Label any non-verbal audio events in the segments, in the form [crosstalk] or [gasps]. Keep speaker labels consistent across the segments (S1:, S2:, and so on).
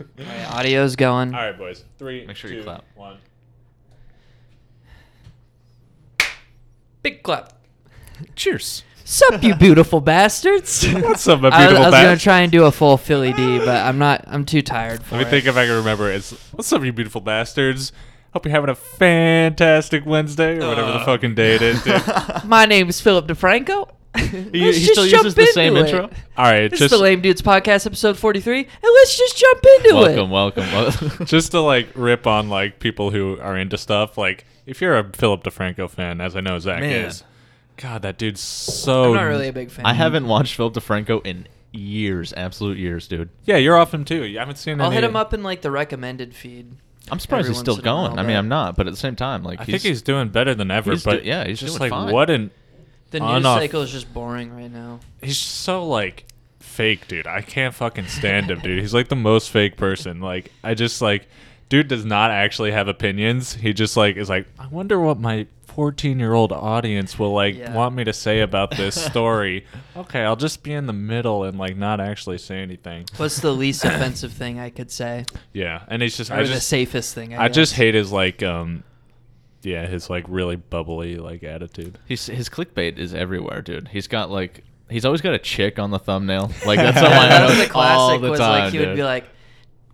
S1: All right, audio's going.
S2: All right, boys. Three,
S3: Make sure you
S2: two,
S3: clap.
S2: one.
S1: Big clap.
S3: Cheers.
S1: Sup, you
S3: [laughs]
S1: beautiful bastards.
S3: [laughs] What's up, my
S1: I
S3: beautiful
S1: was, I was gonna
S3: bastards?
S1: try and do a full Philly D, but I'm not. I'm too tired for
S3: Let me
S1: it.
S3: think if I can remember. it. It's what's up, you beautiful bastards. Hope you're having a fantastic Wednesday or whatever the
S2: Uh.
S3: fucking day it is. Dude.
S1: [laughs] My name's Philip DeFranco.
S3: [laughs] he
S1: Let's
S3: still uses
S1: just jump
S3: the same
S1: into
S3: intro?
S1: it.
S3: All right,
S1: This is
S3: just
S1: the Lame [laughs] Dudes Podcast, episode 43, and let's just jump into
S4: welcome,
S1: it.
S4: welcome, [laughs]
S3: [laughs]
S4: welcome.
S3: just to like rip on like people who are into stuff. Like if you're a Philip DeFranco fan, as I know Zach
S4: Man.
S3: is, God, that dude's so.
S1: I'm not really a big fan.
S4: I haven't watched Philip DeFranco in years, absolute years, dude.
S3: Yeah, you're off him too. I haven't seen.
S1: I'll
S3: any-
S1: hit him up in like the recommended feed.
S4: I'm surprised
S1: every
S4: he's still
S1: once in a while,
S4: going. I mean,
S1: but
S4: I'm not, but at the same time, like
S3: I think he's doing better than ever.
S4: he's do-
S3: but
S4: yeah, he's
S3: just
S4: doing
S3: like
S4: fine.
S3: what an
S1: The
S3: on
S1: news
S3: off-
S1: cycle is just boring right now.
S3: he's so like fake, dude. I can't fucking stand him, dude. He's like the most fake person. Like I just like dude does not actually have opinions. He just like is like, I wonder what my 14 year old audience will like
S1: Yeah.
S3: want me to say about
S1: [laughs]
S3: this story. okay, I'll just be in the middle and like not actually say anything.
S1: What's
S3: [coughs]
S1: the least offensive thing I could say?
S3: Yeah, and he's just
S1: Or
S3: I
S1: the
S3: just
S1: safest thing. I,
S3: I just
S1: guess.
S3: hate his like um yeah his like really bubbly like attitude.
S4: He's, his clickbait is everywhere, dude. He's got like he's always got a chick on the thumbnail.
S1: [laughs]
S4: Like that's how I
S1: that
S4: know
S1: was the
S4: it all
S1: classic.
S4: the
S1: was
S4: time,
S1: like he would
S4: dude.
S1: be like,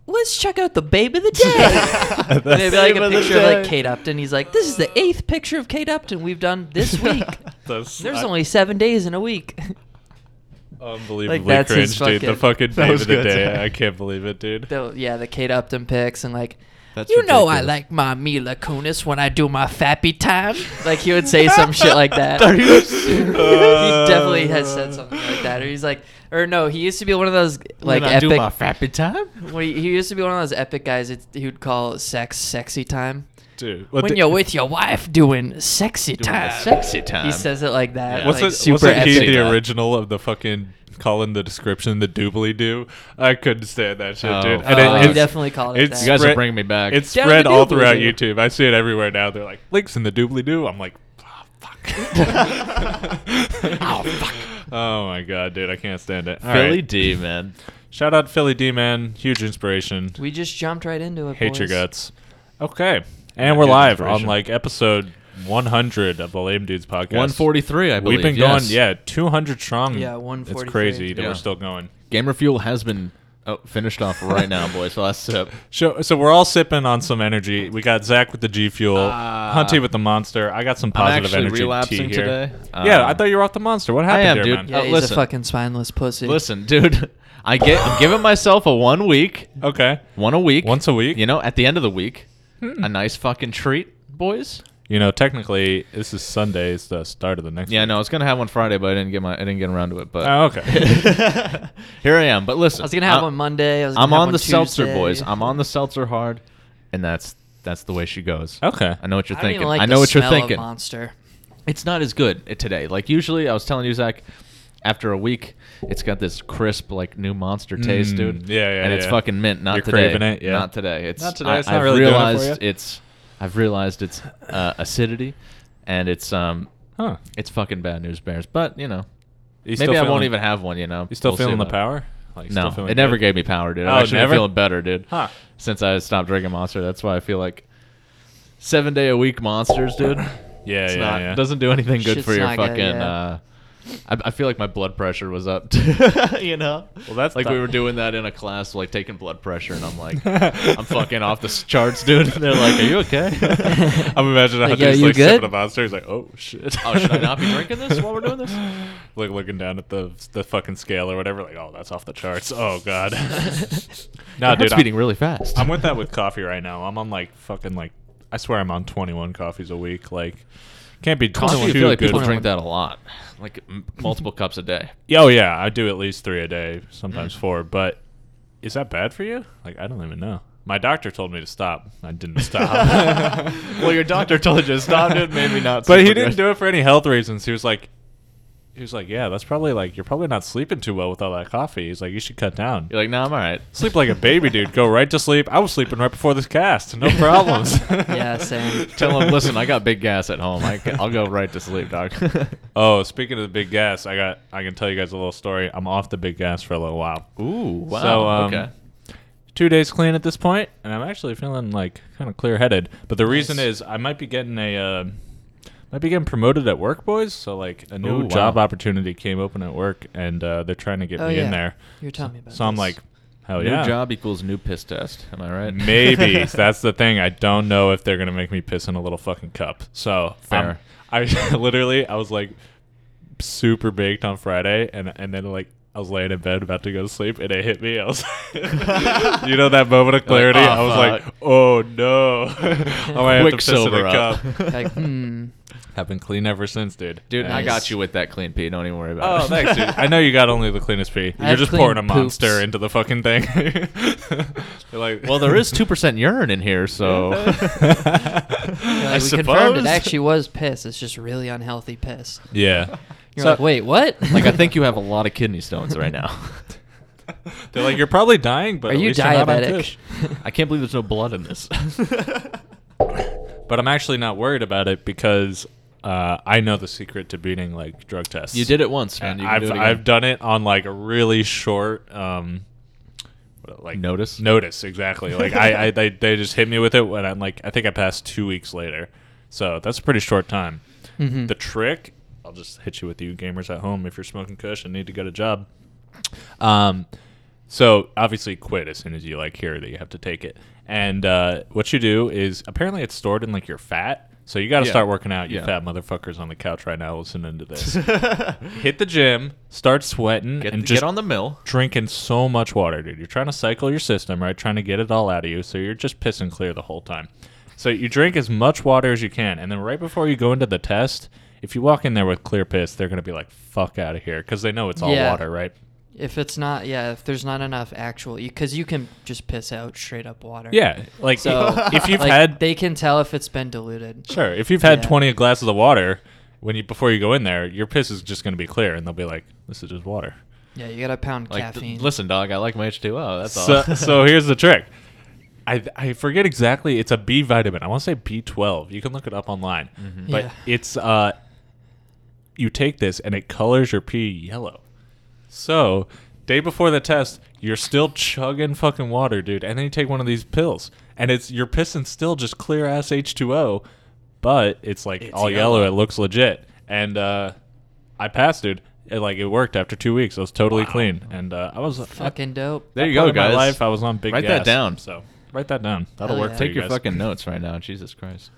S1: "Let's check out the babe
S4: [laughs]
S1: of the day." and it'd be like
S4: Babe
S1: a
S4: of the
S1: picture of like
S4: day.
S1: Kate Upton. He's like, "This is the eighth picture of Kate Upton we've done
S4: [laughs]
S1: this week.
S3: That's
S1: There's only seven days in a week." [laughs]
S3: unbelievably
S1: that's his
S3: cringe, dude. The
S1: fucking-
S3: fucking
S4: That
S3: day
S4: was
S3: of the
S4: good.
S3: day. I can't believe it, dude.
S1: the, yeah, the Kate Upton pics and like.
S4: That's
S1: you know I
S4: ridiculous.
S1: like my Mila Kunis when I do my fappy
S4: [laughs]
S1: time. Like he would say some shit like that. [laughs]
S4: Are you
S1: he definitely has said something like that, or he's like, or no, he used to be one of those like
S4: When I do
S1: epic.
S4: my fappy time.
S1: well, he he used to be one of those epic guys that he'd call sex sexy time.
S3: dude.
S1: when you're with your wife doing sexy
S4: the
S1: time,
S4: sexy time.
S1: He says it like that.
S4: Yeah.
S3: what's
S1: like,
S3: that?
S1: Super
S3: what's that? He,
S1: epic.
S3: the
S4: epic.
S3: original of the fucking calling the description the doobly doo. I couldn't stand that shit,
S4: Oh.
S3: dude.
S1: Oh,
S3: And it,
S1: he
S3: it's,
S1: definitely called it
S3: it's-
S4: You
S1: that.
S4: guys are
S3: Spread-
S4: bringing me back.
S3: it's
S1: Down
S3: spread
S1: the
S3: all throughout
S1: doobly-doo.
S3: YouTube. I see it everywhere now. They're like links in the doobly doo. I'm like, oh, fuck.
S4: [laughs] Oh,
S3: fuck. [laughs] Oh my god, dude, I can't stand it. All
S4: Philly
S3: right.
S4: D, man.
S3: Shout out Philly D man, huge inspiration.
S1: We just jumped right into it.
S3: Hate your
S1: boys.
S3: guts. Okay, and
S4: Yeah,
S3: we're
S4: good
S3: live on
S4: inspiration.
S3: like episode 100 of the Lame Dudes podcast.
S4: 143, I believe.
S3: We've been
S4: yes.
S3: going, yeah, 200 strong.
S1: Yeah,
S3: It's
S1: 143.
S3: crazy that
S4: Yeah.
S3: we're still going.
S4: Gamer Fuel has been oh, finished off right now, boys. uh,
S3: [laughs]
S4: Last sip.
S3: So, so we're all sipping on some energy. We got Zach with the G Fuel,
S4: Ah.
S3: Hunty with the Monster. I got some positive
S4: actually
S3: energy
S4: relapsing
S3: tea here.
S4: today.
S3: yeah, I
S4: Um,
S3: thought you were off the Monster. What
S4: I
S3: happened
S4: am,
S3: there,
S4: dude.
S3: man?
S1: Yeah,
S4: Uh,
S1: he's
S4: listen.
S1: a fucking spineless pussy.
S4: Listen, dude, I get I'm giving myself a one week,
S3: Okay,
S4: one a week,
S3: Once a week?
S4: You know, at the end of the week,
S1: Hmm.
S4: a nice fucking treat, boys.
S3: you know, technically this is Sunday. It's the start of the next.
S4: Yeah,
S3: week.
S4: no, I was gonna have one Friday, but I didn't get my I didn't get around to it. But
S3: Oh, okay.
S4: [laughs] here I am. But listen,
S1: I was gonna have
S4: I'm-
S1: one Monday. I was gonna
S4: I'm
S1: have
S4: on
S1: one
S4: the seltzer,
S1: Tuesday.
S4: boys. I'm on the seltzer hard, and that's that's the way she goes.
S3: okay.
S4: I know what you're
S1: I don't
S4: thinking.
S1: even like
S4: I
S1: the
S4: know what you're
S1: smell of
S4: thinking. [laughs]
S1: Monster.
S4: it's not as good i- today. Like usually, I was telling you, Zach. After a week, it's got this crisp, like new monster taste,
S3: Mm,
S4: dude.
S3: yeah, yeah,
S4: And it's
S3: yeah.
S4: fucking mint. Not
S3: You're
S4: today.
S3: craving it, yeah.
S4: Not today. It's
S3: Not today,
S4: I,
S3: it's not
S4: I've
S3: really doing it for
S4: realized
S3: you.
S4: it's. I've realized it's uh, acidity, and it's um,
S3: Huh?
S4: it's fucking bad news bears. But you know,
S3: You still
S4: maybe I won't
S3: feeling-
S4: even have one. You know,
S3: You still
S4: We'll see
S3: feeling the
S4: about-
S3: power? Like,
S4: No,
S3: still feeling
S4: it never
S3: good?
S4: gave me power, dude. I'm
S3: Oh,
S4: actually
S3: never?
S4: feeling better, dude.
S3: Huh.
S4: Since I stopped drinking Monster, that's why I feel like seven day a week monsters, dude.
S3: Yeah,
S4: It's
S3: yeah,
S4: not-
S3: yeah.
S4: Doesn't do anything good
S1: Shit's
S4: for your
S1: not good,
S4: fucking.
S1: yeah.
S4: uh, I, I feel like my blood pressure
S3: [laughs]
S4: was up. [laughs] you know.
S3: Well, that's
S4: like
S3: tough.
S4: we were [laughs] doing that in a class, like taking blood pressure, and I'm
S3: [laughs]
S4: like, I'm fucking off the s- charts, dude. And they're like, Are you [laughs] okay?
S3: [laughs] I'm imagining
S1: Like,
S3: how
S1: yo,
S3: he's
S1: you
S3: like
S1: good?
S3: sipping a monster. He's like, oh shit.
S4: oh, should I not be
S3: [laughs]
S4: drinking this while we're doing this?
S3: like looking down at the the fucking scale or whatever. Like, oh, that's off the charts. Oh
S4: [laughs]
S3: god. [laughs] nah,
S4: It's
S3: dude.
S4: beating
S3: I'm,
S4: really
S3: [laughs]
S4: fast.
S3: I'm with that with coffee right now. I'm on like fucking like I swear I'm on 21 coffees a week. Like, can't be
S4: Coffee, I
S3: too
S4: feel like
S3: good.
S4: people
S3: for-
S4: drink that a lot, like m- multiple cups a day.
S3: Yeah, oh yeah, I do at least three a day, sometimes
S4: Mm.
S3: four. But is that bad for you? Like, I don't even know. My doctor told me to stop. I didn't stop.
S4: [laughs] well, your doctor told you to stop, dude. Maybe not.
S3: But he
S4: super
S3: didn't
S4: good.
S3: do it for any health reasons. He was like, he was like, yeah, that's probably like you're probably not sleeping too well with all that coffee. He's like, you should cut down.
S4: You're like, no, I'm all right.
S3: Sleep like a baby, dude. Go right to sleep. [laughs] I was sleeping right before this cast.
S4: [laughs]
S3: No problems.
S1: [laughs]
S3: [laughs]
S1: Yeah, same.
S4: Tell him, listen, I got big gas at home. I will go right to sleep, dog. [laughs]
S3: Oh, speaking of the big gas, I got. I can tell you guys a little story. I'm off the big gas for a little while.
S4: Ooh, wow.
S3: So, um,
S4: okay.
S3: two days clean at this point, and I'm actually feeling like kind of clear headed. But the reason
S1: Nice.
S3: is I might be getting a. Uh, might be getting promoted at work, boys. So like a new
S4: Ooh, wow.
S3: job opportunity came open at work, and uh, they're trying to get
S1: Oh,
S3: me
S1: yeah.
S3: in there.
S1: You're telling me about
S3: So I'm
S1: this.
S3: like, hell
S4: new
S3: Oh, yeah,
S4: job equals new piss test. Am I right? [laughs]
S3: Maybe that's the thing. I don't know if they're gonna make me piss in a little fucking cup. So
S4: Fair.
S3: um, I [laughs] literally I was like super baked on Friday, and and then like I was laying in bed about to go to sleep, and it hit me. I was, [laughs] you know, that moment of
S4: You're like,
S3: clarity.
S4: "Oh,
S3: I was
S4: fuck."
S3: like, oh no, [laughs] I might have to piss in
S4: Quicksilver
S3: a
S4: up.
S3: cup.
S4: [laughs]
S1: like, hmm.
S3: Have been clean ever since, dude.
S4: Dude, I
S1: Nice.
S4: got you with that clean pee. Don't even worry about it.
S3: Oh,
S4: [laughs]
S3: thanks, dude. I know you [laughs] got only the cleanest pee.
S1: I
S3: You're
S1: have
S3: just
S1: clean
S3: pouring a monster
S1: poops.
S3: into the fucking thing. [laughs] You're like,
S4: well, there is two
S3: [laughs]
S4: percent urine in here, so [laughs]
S1: You're
S4: I
S1: like, we confirmed
S4: suppose.
S1: it actually was piss. It's just really unhealthy piss.
S3: [laughs] yeah.
S1: [laughs] You're
S3: So-
S1: like, wait, what?
S4: [laughs] like I think you have a lot of kidney stones right now.
S3: [laughs] They're like, you're probably
S1: [laughs]
S3: dying, but
S1: Are
S3: at
S1: you
S3: least you're not on
S1: diabetic?
S3: fish."
S1: [laughs]
S4: [laughs] I can't believe there's no blood
S3: [laughs]
S4: in this.
S3: But I'm actually not worried about it because uh, I know the secret to beating like drug tests.
S4: you did it once, man.
S3: And
S4: You can
S3: I've
S4: do it again.
S3: I've done it on like a really short um, what, like
S4: Notice?
S3: notice exactly. Like I,
S4: [laughs]
S3: I they, they just hit me with it when I'm like I think I passed two weeks later, so that's a pretty short time.
S4: Mm-hmm.
S3: The trick, I'll just hit you with you gamers at home if you're smoking Kush and need to get a job. Um, so obviously quit as soon as you like hear that you have to take it. And uh, what you do is apparently it's stored in like your fat. So you got to
S4: Yeah.
S3: start working out, you
S4: Yeah.
S3: fat motherfuckers on the couch right now listening to
S4: [laughs]
S3: this. Hit the gym, start sweating,
S4: get,
S3: and
S4: get
S3: just
S4: on the mill.
S3: drinking so much water, dude. You're trying to cycle your system, right? Trying to get it all out of you. So you're just pissing clear the whole time. So you drink as much water as you can. And then right before you go into the test, if you walk in there with clear piss, they're going to be like, fuck out of here. Because they know it's all
S1: Yeah.
S3: water, right?
S1: If it's not, yeah, if there's not enough actual, because you can just piss out straight up water.
S3: Yeah. Like,
S1: So
S3: [laughs]
S1: [laughs]
S3: if you've
S1: like,
S3: had.
S1: they can tell if it's been diluted.
S3: Sure. If you've had
S1: Yeah.
S3: 20 glasses of water, when you before you go in there, your piss is just going to be clear, and they'll be like, "This is just water."
S1: Yeah, you gotta pound
S4: Like, th-
S1: caffeine.
S4: listen, dog. I like my H2O. That's
S3: So,
S4: all.
S3: so here's the trick. I, I forget exactly. It's a B vitamin. I want to say B12. You can look it up online,
S4: Mm-hmm.
S3: but
S1: Yeah.
S3: it's uh, you take this and it colors your pee yellow. So day before the test, you're still chugging fucking water, dude, and then you take one of these pills, and it's your pissing still just clear ass H2O, but it's like
S4: It's
S3: all yellow.
S4: yellow.
S3: It looks legit, and uh, I passed, dude. It, like it worked after two weeks. I was totally clean, and uh, I was
S1: Fucking dope.
S4: there you
S3: part
S4: go,
S3: of my
S4: guys.
S3: life, I was on big.
S4: Write that
S3: gas,
S4: down.
S3: So write that down. That'll
S1: [laughs] Hell
S3: work.
S1: yeah.
S3: for
S4: Take
S3: you
S4: your
S3: guys.
S4: fucking notes right now. Jesus Christ.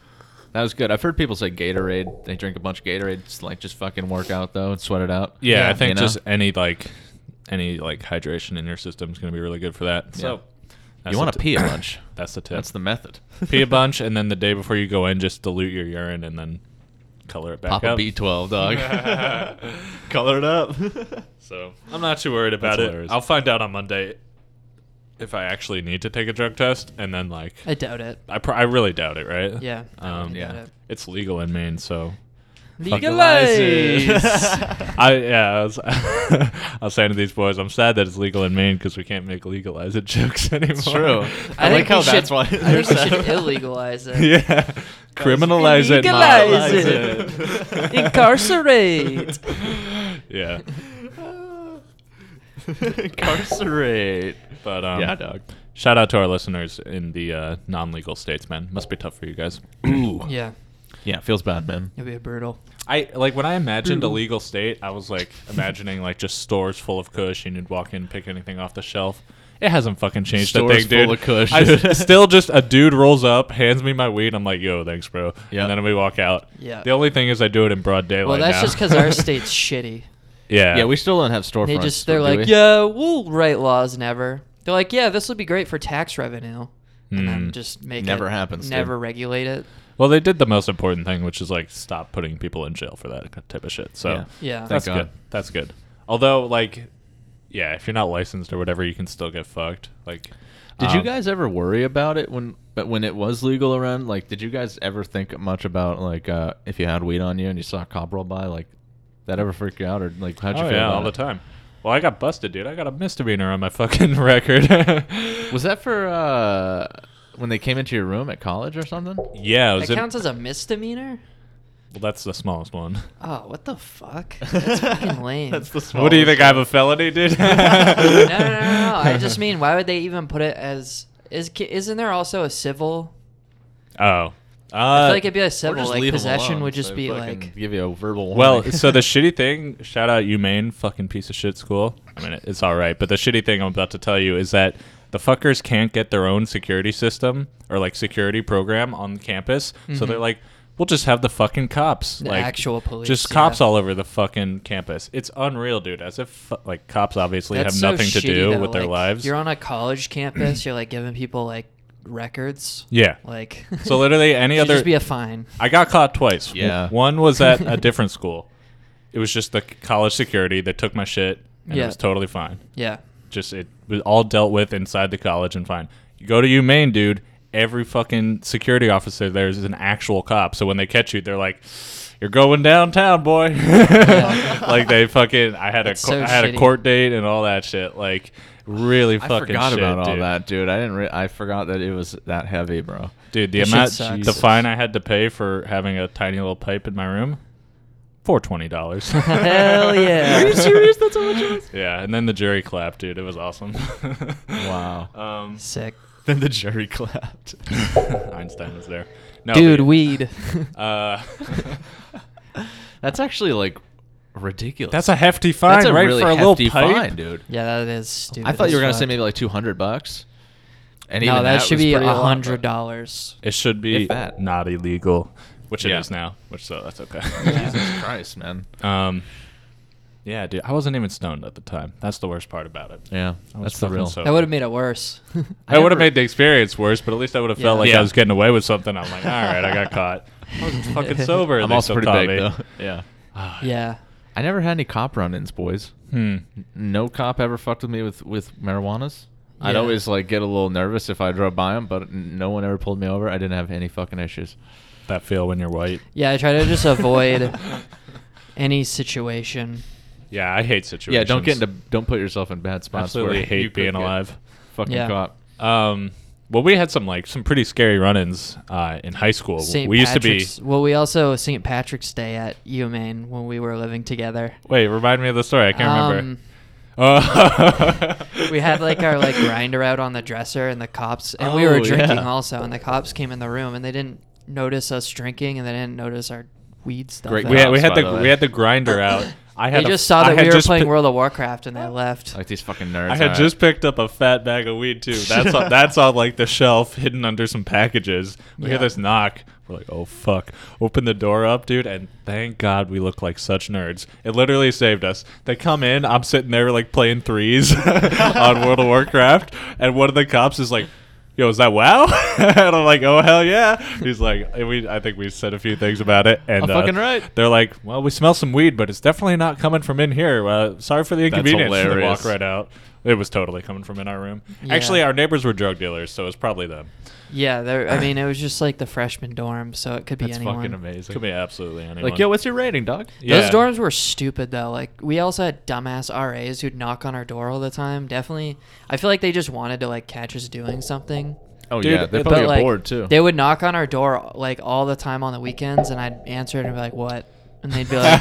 S4: That was good. I've heard people say Gatorade. They drink a bunch of Gatorade. Just like just fucking work out though and sweat it out.
S3: Yeah, I
S1: Yeah.
S3: think
S4: You know?
S3: just any like any like hydration in your system is going to be really good for that. So that's
S4: you want to
S3: the
S4: pee
S3: ti-
S4: a bunch.
S3: [coughs] That's the tip.
S4: That's the method.
S3: [laughs] pee a
S4: [laughs]
S3: bunch, and then the day before you go in, just dilute your urine and then color it back
S4: Pop a
S3: up. [laughs]
S4: B12, dog. [laughs] Color
S1: [laughs]
S4: it up.
S3: So I'm not too worried about
S4: That's
S3: it.
S4: hilarious.
S3: I'll find out on Monday if I actually need to take a drug test, and then like
S1: I doubt it.
S3: I pr- I really doubt it, right?
S1: Yeah.
S3: Um,
S4: yeah.
S1: Doubt it.
S3: It's legal in Maine, so [laughs]
S1: Legalize.
S3: I yeah, I was, I was saying to these boys, I'm sad that it's legal in Maine because we can't make legalize it jokes [laughs] anymore.
S4: It's true.
S1: I,
S4: I like
S1: think
S4: how
S1: we should,
S4: that's why
S1: I think we
S4: there's
S1: should
S4: [laughs] that.
S1: illegalize it.
S3: [laughs] yeah, criminalize it, not
S1: Legalize
S3: legalize it.
S1: it.
S4: [laughs]
S1: [laughs] Incarcerate.
S3: [laughs] yeah,
S4: Incarcerate.
S3: but um,
S4: yeah, dog.
S3: shout out to our listeners in the uh, non-legal states, man. Must be tough for you guys. Ooh,
S1: Yeah,
S4: Yeah, it feels bad, man.
S1: it'd be brutal.
S3: I like when I imagined a legal state, I was like imagining like just stores full of Kush, and you'd walk in, pick anything off the shelf. It hasn't fucking changed a
S4: Stores
S3: thing, dude.
S4: full of Kush,
S3: I
S4: dude.
S3: s-
S4: [laughs]
S3: still just a dude rolls up, hands me my weed. I'm like, yo, thanks, bro.
S4: Yeah.
S3: And then we walk out.
S1: Yeah.
S3: The only thing is, I do it in broad daylight.
S1: Well, that's
S3: now.
S1: just because
S3: [laughs]
S1: our state's shitty.
S3: yeah.
S4: Yeah, we still don't have storefronts.
S1: They just they're
S4: do
S1: like,
S4: we?
S1: yeah, we'll write laws never. They're like, yeah, this would be great for tax revenue, and then
S3: Mm.
S1: just make
S4: Never
S1: it,
S4: happens, dude.
S1: Never regulate it.
S3: Well, they did the most important thing, which is like stop putting people in jail for that type of shit. So
S4: Yeah.
S1: Yeah.
S3: that's
S4: Thank God.
S3: good. That's good. Although, like, yeah, if you're not licensed or whatever, you can still get fucked. Like,
S4: Did you
S3: um,
S4: guys ever worry about it when, but when it was legal around? Like, did you guys ever think much about like uh, if you had weed on you and you saw a cop roll by, like that ever freak you out or like how'd you
S3: oh,
S4: feel
S3: yeah,
S4: about
S3: all
S4: it?
S3: the time. Well, I got busted, dude. I got a misdemeanor on my fucking [laughs] record.
S4: Was that for uh, when they came into your room at college or something?
S3: yeah, it was
S1: That
S3: in-
S1: counts as a misdemeanor.
S3: Well, that's the smallest one.
S1: Oh, what the fuck?
S3: [laughs]
S1: [laughs] That's fucking lame.
S4: That's the smallest.
S3: What do you think? I have a felony, dude? [laughs]
S1: no, no, no, no, no. I just mean, why would they even put it as is? ki- Isn't there also a civil?
S3: Oh. Uh,
S1: I feel like it'd be a
S4: Or
S1: civil.
S4: just
S1: Like
S4: leave 'em
S1: possession
S4: alone,
S1: would just
S4: so
S1: be
S4: fucking
S1: like.
S4: give you a verbal.
S3: Well,
S1: [laughs]
S4: warning.
S3: so the shitty thing, shout out UMaine, fucking piece of shit school. I mean, it's all right, but the shitty thing I'm about to tell you is that the fuckers can't get their own security system or like security program on campus, so
S1: Mhm.
S3: they're like, we'll just have the fucking cops,
S1: The
S3: like
S1: actual police,
S3: just cops
S1: yeah.
S3: all over the fucking campus. It's unreal, dude. As if fu- like cops obviously
S1: That's
S3: have
S1: so
S3: nothing to
S1: shitty,
S3: do
S1: though.
S3: with their
S1: Like,
S3: lives.
S1: You're on a college campus. You're like giving people like records.
S3: yeah.
S1: Like.
S3: So
S1: [laughs]
S3: literally any
S1: should
S3: other
S1: Just be a fine.
S3: I got caught twice.
S4: Yeah.
S3: One was at
S4: [laughs]
S3: a different school. It was just the c- college security that took my shit, and it
S1: Yeah.
S3: was totally fine.
S1: Yeah.
S3: Just it was all dealt with inside the college and fine. You go to UMaine, dude. Every fucking security officer there is an actual cop. So when they catch you, they're like, "You're going downtown, boy." [laughs] like they fucking. I had
S1: That's
S3: a co-
S1: so
S3: I had a
S1: shitty.
S3: court date and all that shit. Like really
S4: [laughs] I
S3: fucking.
S4: forgot
S3: shit,
S4: about all
S3: dude.
S4: that, dude. I didn't. Re- I forgot that it was that heavy, bro.
S3: Dude, the
S1: That shit
S3: amount,
S1: sucks.
S3: the
S1: Jesus.
S3: fine I had to pay for having a tiny little pipe in my room, four twenty dollars. [laughs]
S4: [laughs]
S1: Hell yeah. Are you serious? That's
S3: all it was. Yeah, and then the jury clapped, dude. It was awesome.
S4: Wow.
S3: [laughs] Um,
S1: Sick.
S4: Then the jury clapped.
S3: Einstein was there. No,
S1: Dude,
S3: but-
S1: weed.
S3: [laughs] Uh,
S4: [laughs]
S3: [laughs]
S4: That's actually like ridiculous.
S3: that's a hefty fine,
S4: That's
S3: right?
S4: really
S3: for a little
S4: hefty
S3: pipe,
S4: fine, dude.
S1: [laughs] yeah, that is stupid.
S4: I thought you
S1: as
S4: were gonna
S1: fuck.
S4: say maybe like two hundred bucks. And
S1: no,
S4: even
S1: that, should
S4: was
S1: be
S4: pretty
S1: a
S4: lot,
S1: hundred
S4: but-
S1: dollars.
S3: It should be
S4: If that.
S3: not illegal, which
S4: Yeah.
S3: it is now. Which so that's okay.
S4: [laughs]
S1: [laughs]
S4: Jesus Christ, man.
S3: Um, yeah, dude. I wasn't even stoned at the time. That's the worst part about it.
S4: Yeah,
S3: I was
S4: that's the
S3: fucking
S4: real.
S3: so-
S1: That would have made it worse. [laughs]
S3: I, would have
S4: never-
S3: made the experience worse, but at least I would have felt
S1: Yeah.
S3: like
S4: Yeah.
S3: I was getting away with something. [laughs] I'm like, all right, I got
S1: [laughs]
S3: caught. I wasn't fucking sober.
S4: I'm
S3: They still
S4: also pretty
S3: caught
S4: big
S3: me.
S4: though. Yeah.
S1: yeah.
S4: [sighs] I never had any cop run-ins, boys.
S3: Hmm.
S4: No cop ever fucked with me with with marijuanas. I'd
S1: Yeah.
S4: always like get a little nervous if I drove by them, but n- no one ever pulled me over. I didn't have any fucking issues.
S3: That feel when you're white.
S1: Yeah, I try to
S3: [laughs]
S1: just
S4: [laughs]
S1: avoid any situation.
S3: Yeah, I hate situations.
S4: Yeah, don't get into don't put yourself in bad spots. where
S3: Absolutely
S4: you
S3: hate
S4: could
S3: being
S4: get
S3: alive.
S4: Fucking
S1: Yeah.
S4: caught.
S3: Um, well, we had some like some pretty scary run-ins uh, in high school.
S1: St.
S3: we used to be.
S1: Patrick's- Well, we also St. Patrick's Day at UMaine when we were living together.
S3: Wait, remind me of the story. I can't [laughs]
S1: Um,
S3: remember. Uh,
S1: we had like
S3: [laughs]
S1: our like grinder out on the dresser and the cops and we were
S4: Oh,
S1: drinking
S4: yeah.
S1: also and the cops came in the room and they didn't notice us drinking and they didn't notice our weed stuff.
S4: Great
S1: at
S3: we had,
S1: all.
S3: we
S4: Cops,
S3: had
S4: by
S3: the,
S4: the way.
S3: we had the grinder
S1: [coughs]
S3: out. I had a-
S1: they just saw
S3: I
S1: that
S3: had
S1: we were
S3: just
S1: playing
S3: pi-
S1: World of Warcraft and they left.
S4: Like these fucking nerds.
S3: I had
S4: all
S3: just
S4: right.
S3: picked up a fat bag of weed too. That's
S4: [laughs]
S3: on, that's on like the shelf, hidden under some packages. We hear
S1: Yeah.
S3: this knock. We're like, oh fuck! Open the door up, dude, and thank God we look like such nerds. It literally saved us. They come in. I'm sitting there like playing threes [laughs] on World of Warcraft, and one of the cops is like. Yo, is that wow? [laughs] and I'm like, oh hell yeah! He's like, and we, I think we said a few things about it, and uh,
S4: I'm fucking right.
S3: They're like, well, we smell some weed, but it's definitely not coming from in here. Uh, sorry for the
S4: That's
S3: inconvenience. They
S4: hilarious.
S3: Walk right out. It was totally coming from in our room.
S1: Yeah.
S3: Actually, our neighbors were drug dealers, so it was probably them.
S1: Yeah, there I mean it was just like the freshman dorm, so it could be
S4: That's
S1: anyone.
S4: fucking amazing.
S3: Could be absolutely anyone.
S4: Like, yo, what's your rating, dog?
S3: Yeah.
S1: Those dorms were stupid though. Like we also had dumbass RAs who'd knock on our door all the time. Definitely, I feel like they just wanted to like catch us doing something.
S4: Oh
S3: Dude,
S4: yeah, they're
S3: it-
S4: probably
S1: But, like,
S4: bored too.
S1: They would knock on our door like all the time on the weekends, and I'd answer it and be like, "What?" And they'd be
S4: [laughs]
S1: like,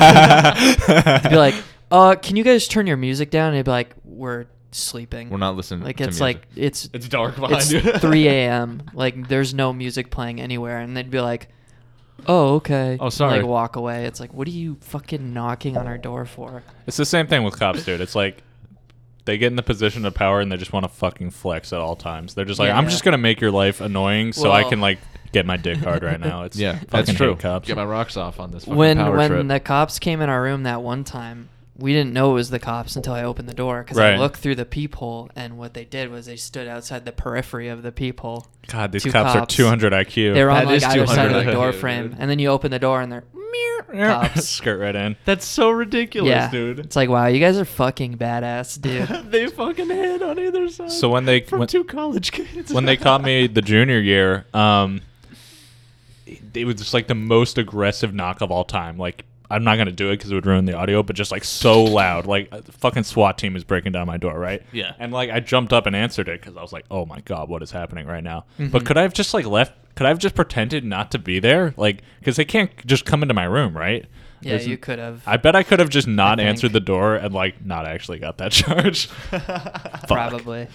S3: [laughs]
S1: they'd "Be like, uh, can you guys turn your music down?" And they'd be like, "We're sleeping.
S4: We're not listening.
S1: Like
S4: to
S1: it's
S4: music.
S1: like it's
S3: It's dark behind
S1: it's
S3: you.
S4: [laughs]
S1: 3 a.m.
S3: [laughs]
S1: Like there's no music playing anywhere," and they'd be like. Oh okay.
S4: Oh,
S1: and,
S4: sorry.
S1: Like walk away. It's like, what are you fucking knocking on our door for?
S3: It's the same thing with cops, dude. It's like they get in the position of power and they just want to fucking flex at all times. They're just like, I'm
S1: Yeah.
S3: just gonna make your life annoying so I
S1: Well-
S3: can like get my dick hard right now. It's
S4: [laughs] yeah,
S3: fucking
S4: that's
S3: hate
S4: true.
S3: Cops.
S4: Get my rocks off on this. fucking
S1: when
S4: power
S1: when
S4: trip.
S1: the cops came in our room that one time we didn't know it was the cops until i opened the door because i
S3: Right.
S1: looked through the peephole and what they did was they stood outside the periphery of the peephole
S3: God, these
S1: Two
S3: cops,
S1: cops.
S3: are 200 IQ.
S1: they were on
S4: That
S1: like
S4: is
S1: either side of
S4: 200
S1: the door
S4: dude.
S1: frame and then you open the door and they're [laughs] cops
S3: skirt right in.
S4: That's so ridiculous,
S1: yeah [laughs]
S4: dude.
S1: it's like wow you guys are fucking badass dude
S4: [laughs] they fucking hit on either side.
S3: So when they-
S4: from
S3: when-
S4: two college
S3: [laughs]
S4: kids,
S3: when they caught
S4: [laughs]
S3: me the junior year, um, it was just like the most aggressive knock of all time. Like I'm not gonna do it because it would ruin the audio, but just like so loud, like uh, the fucking SWAT team is breaking down my door, right?
S4: Yeah.
S3: And like I jumped up and answered it because I was like, oh my god, what is happening right now?
S4: Mm-hmm.
S3: But could I have just like left? Could I have just pretended not to be there? Like, because they can't just come into my room, right?
S1: Yeah,
S3: There's-
S1: you could have.
S3: I bet I could have just not
S1: I think.
S3: answered the door and like not actually got that [laughs] charge.
S1: probably.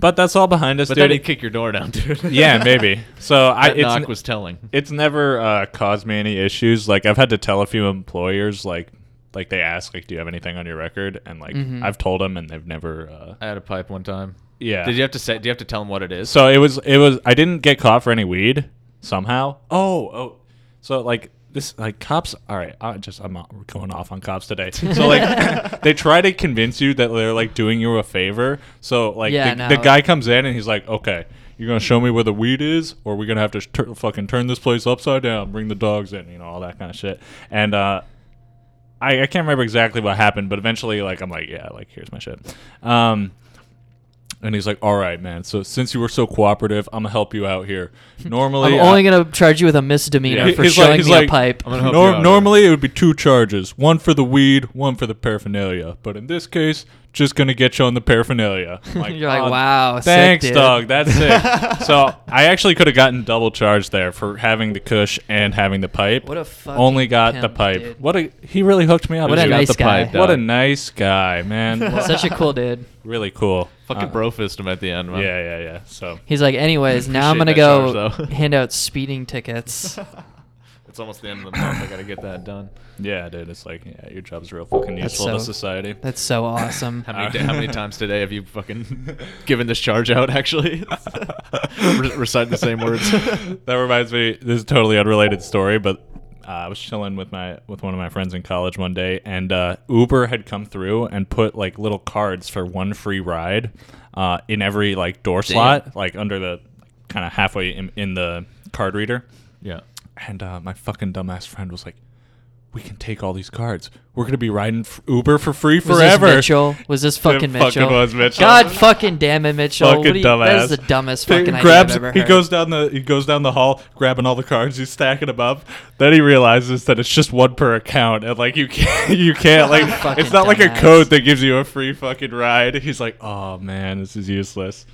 S3: But that's all behind us,
S4: But then
S3: dude.
S4: he'd kick your door down, [laughs] dude.
S3: yeah, maybe. So I
S4: That
S3: it's,
S4: knock
S3: n-
S4: was telling.
S3: it's never uh, caused me any issues. Like I've had to tell a few employers, like like they ask, like, do you have anything on your record? And like
S4: Mm-hmm.
S1: Mhm.
S3: I've told them, and they've never. Uh,
S4: I had a pipe one time.
S3: yeah.
S4: Did you have to say? Do you have to tell him what it is?
S3: So it was it was I didn't get caught for any weed somehow. Oh oh, so like this like cops. All right, I just I'm not going off on cops today. So like they try to convince you that they're like doing you a favor. So like
S1: Yeah,
S3: the,
S1: no.
S3: the guy comes in and he's like, okay. You're gonna show me where the weed is, or we're gonna have to tur fucking turn this place upside down, bring the dogs in, you know, all that kind of shit. And uh, I, I can't remember exactly what happened, but eventually, like, I'm like, yeah, like, here's my shit. Um, and he's like, all right, man. So since you were so cooperative, I'm gonna help you out
S1: [laughs]
S3: here. Normally,
S1: I'm
S3: I-
S1: only gonna charge you with a misdemeanor
S3: Oh, Yeah.
S1: for
S3: He's like-
S1: showing
S3: he's
S1: me
S3: like-
S1: a pipe.
S4: I'm gonna help
S3: Nor-
S4: you out.
S3: normally it would be two charges, one for the weed, one for the paraphernalia. But in this case, just gonna get you on the
S1: [laughs]
S3: paraphernalia. I'm
S1: You're like,
S3: "Oh,
S1: wow, sick,
S3: Thanks,
S1: dude."
S3: dog. That's
S1: [laughs]
S3: it. so I actually could have gotten double charged there for having the kush and having the pipe.
S1: [laughs] What a fucking
S3: only got the
S1: pimp,
S3: pipe.
S1: dude.
S3: What a he really hooked me up.
S1: What a
S3: dude.
S1: nice
S4: got the
S1: guy.
S4: Pipe,
S3: What a
S4: dog.
S3: nice guy, man. What-
S1: [laughs] [laughs] Such a cool dude.
S3: [laughs] really cool.
S4: fucking
S3: Uh,
S4: bro fist him at the end.
S3: Yeah,
S4: Man.
S3: yeah, yeah. So
S1: He's like, anyways, now I'm gonna
S4: Appreciate that
S1: go
S3: [laughs]
S4: charge, though.
S1: hand out speeding tickets.
S4: [laughs] It's almost the end of the month. I gotta get that done.
S3: yeah, dude, it's like yeah, your job's real fucking
S1: That's
S3: useful to
S1: so-
S3: society. [laughs]
S1: That's so awesome.
S4: How many, da- how [laughs] many times today have you fucking given this charge out? Actually, Re- recite the same
S3: [laughs]
S1: [laughs]
S4: words.
S3: that reminds me. This is a totally unrelated story, but uh, I was chilling with my with one of my friends in college one day, and uh, Uber had come through and put like little cards for one free ride uh, in every like door slot, like under the kind of halfway in, in the card reader.
S4: Yeah.
S3: And uh, my fucking dumbass friend was like, "We can take all these cards. We're gonna be riding f- Uber for free
S1: Was
S3: forever."
S1: this Mitchell?
S3: [laughs]
S1: Was this fucking
S3: fucking
S1: Mitchell?
S3: was Mitchell.
S1: God fucking damn it, Mitchell. What
S3: Fucking
S1: do you-
S3: dumbass.
S1: That is the dumbest
S3: He
S1: fucking idea
S3: grabs,
S1: I've ever heard.
S3: He goes down the he goes down the hall, grabbing all the cards, he's stacking them up. Then he realizes that it's just one per account, and like you can't [laughs] you can't like
S1: [laughs] Fucking
S3: it's not like a
S1: dumbass.
S3: code that gives you a free fucking ride. He's like, oh man, this is useless.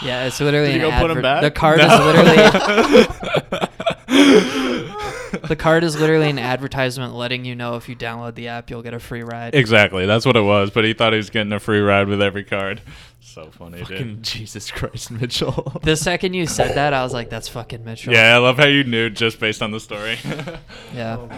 S1: Yeah, it's literally an
S4: Did you go put 'em
S1: adver-
S4: back?
S1: The card is
S3: No. [laughs]
S1: literally [laughs]
S4: [laughs]
S1: the card is literally an advertisement letting you know if you download the app, you'll get a free ride.
S3: Exactly, that's what it was. But he thought he was getting a free ride with every card. So funny, dude.
S4: Fucking Jesus Christ, Mitchell.
S1: the second you said that, I was like, "That's fucking Mitchell."
S3: Yeah, I love how you knew just based on the story. [laughs]
S1: yeah.
S4: Oh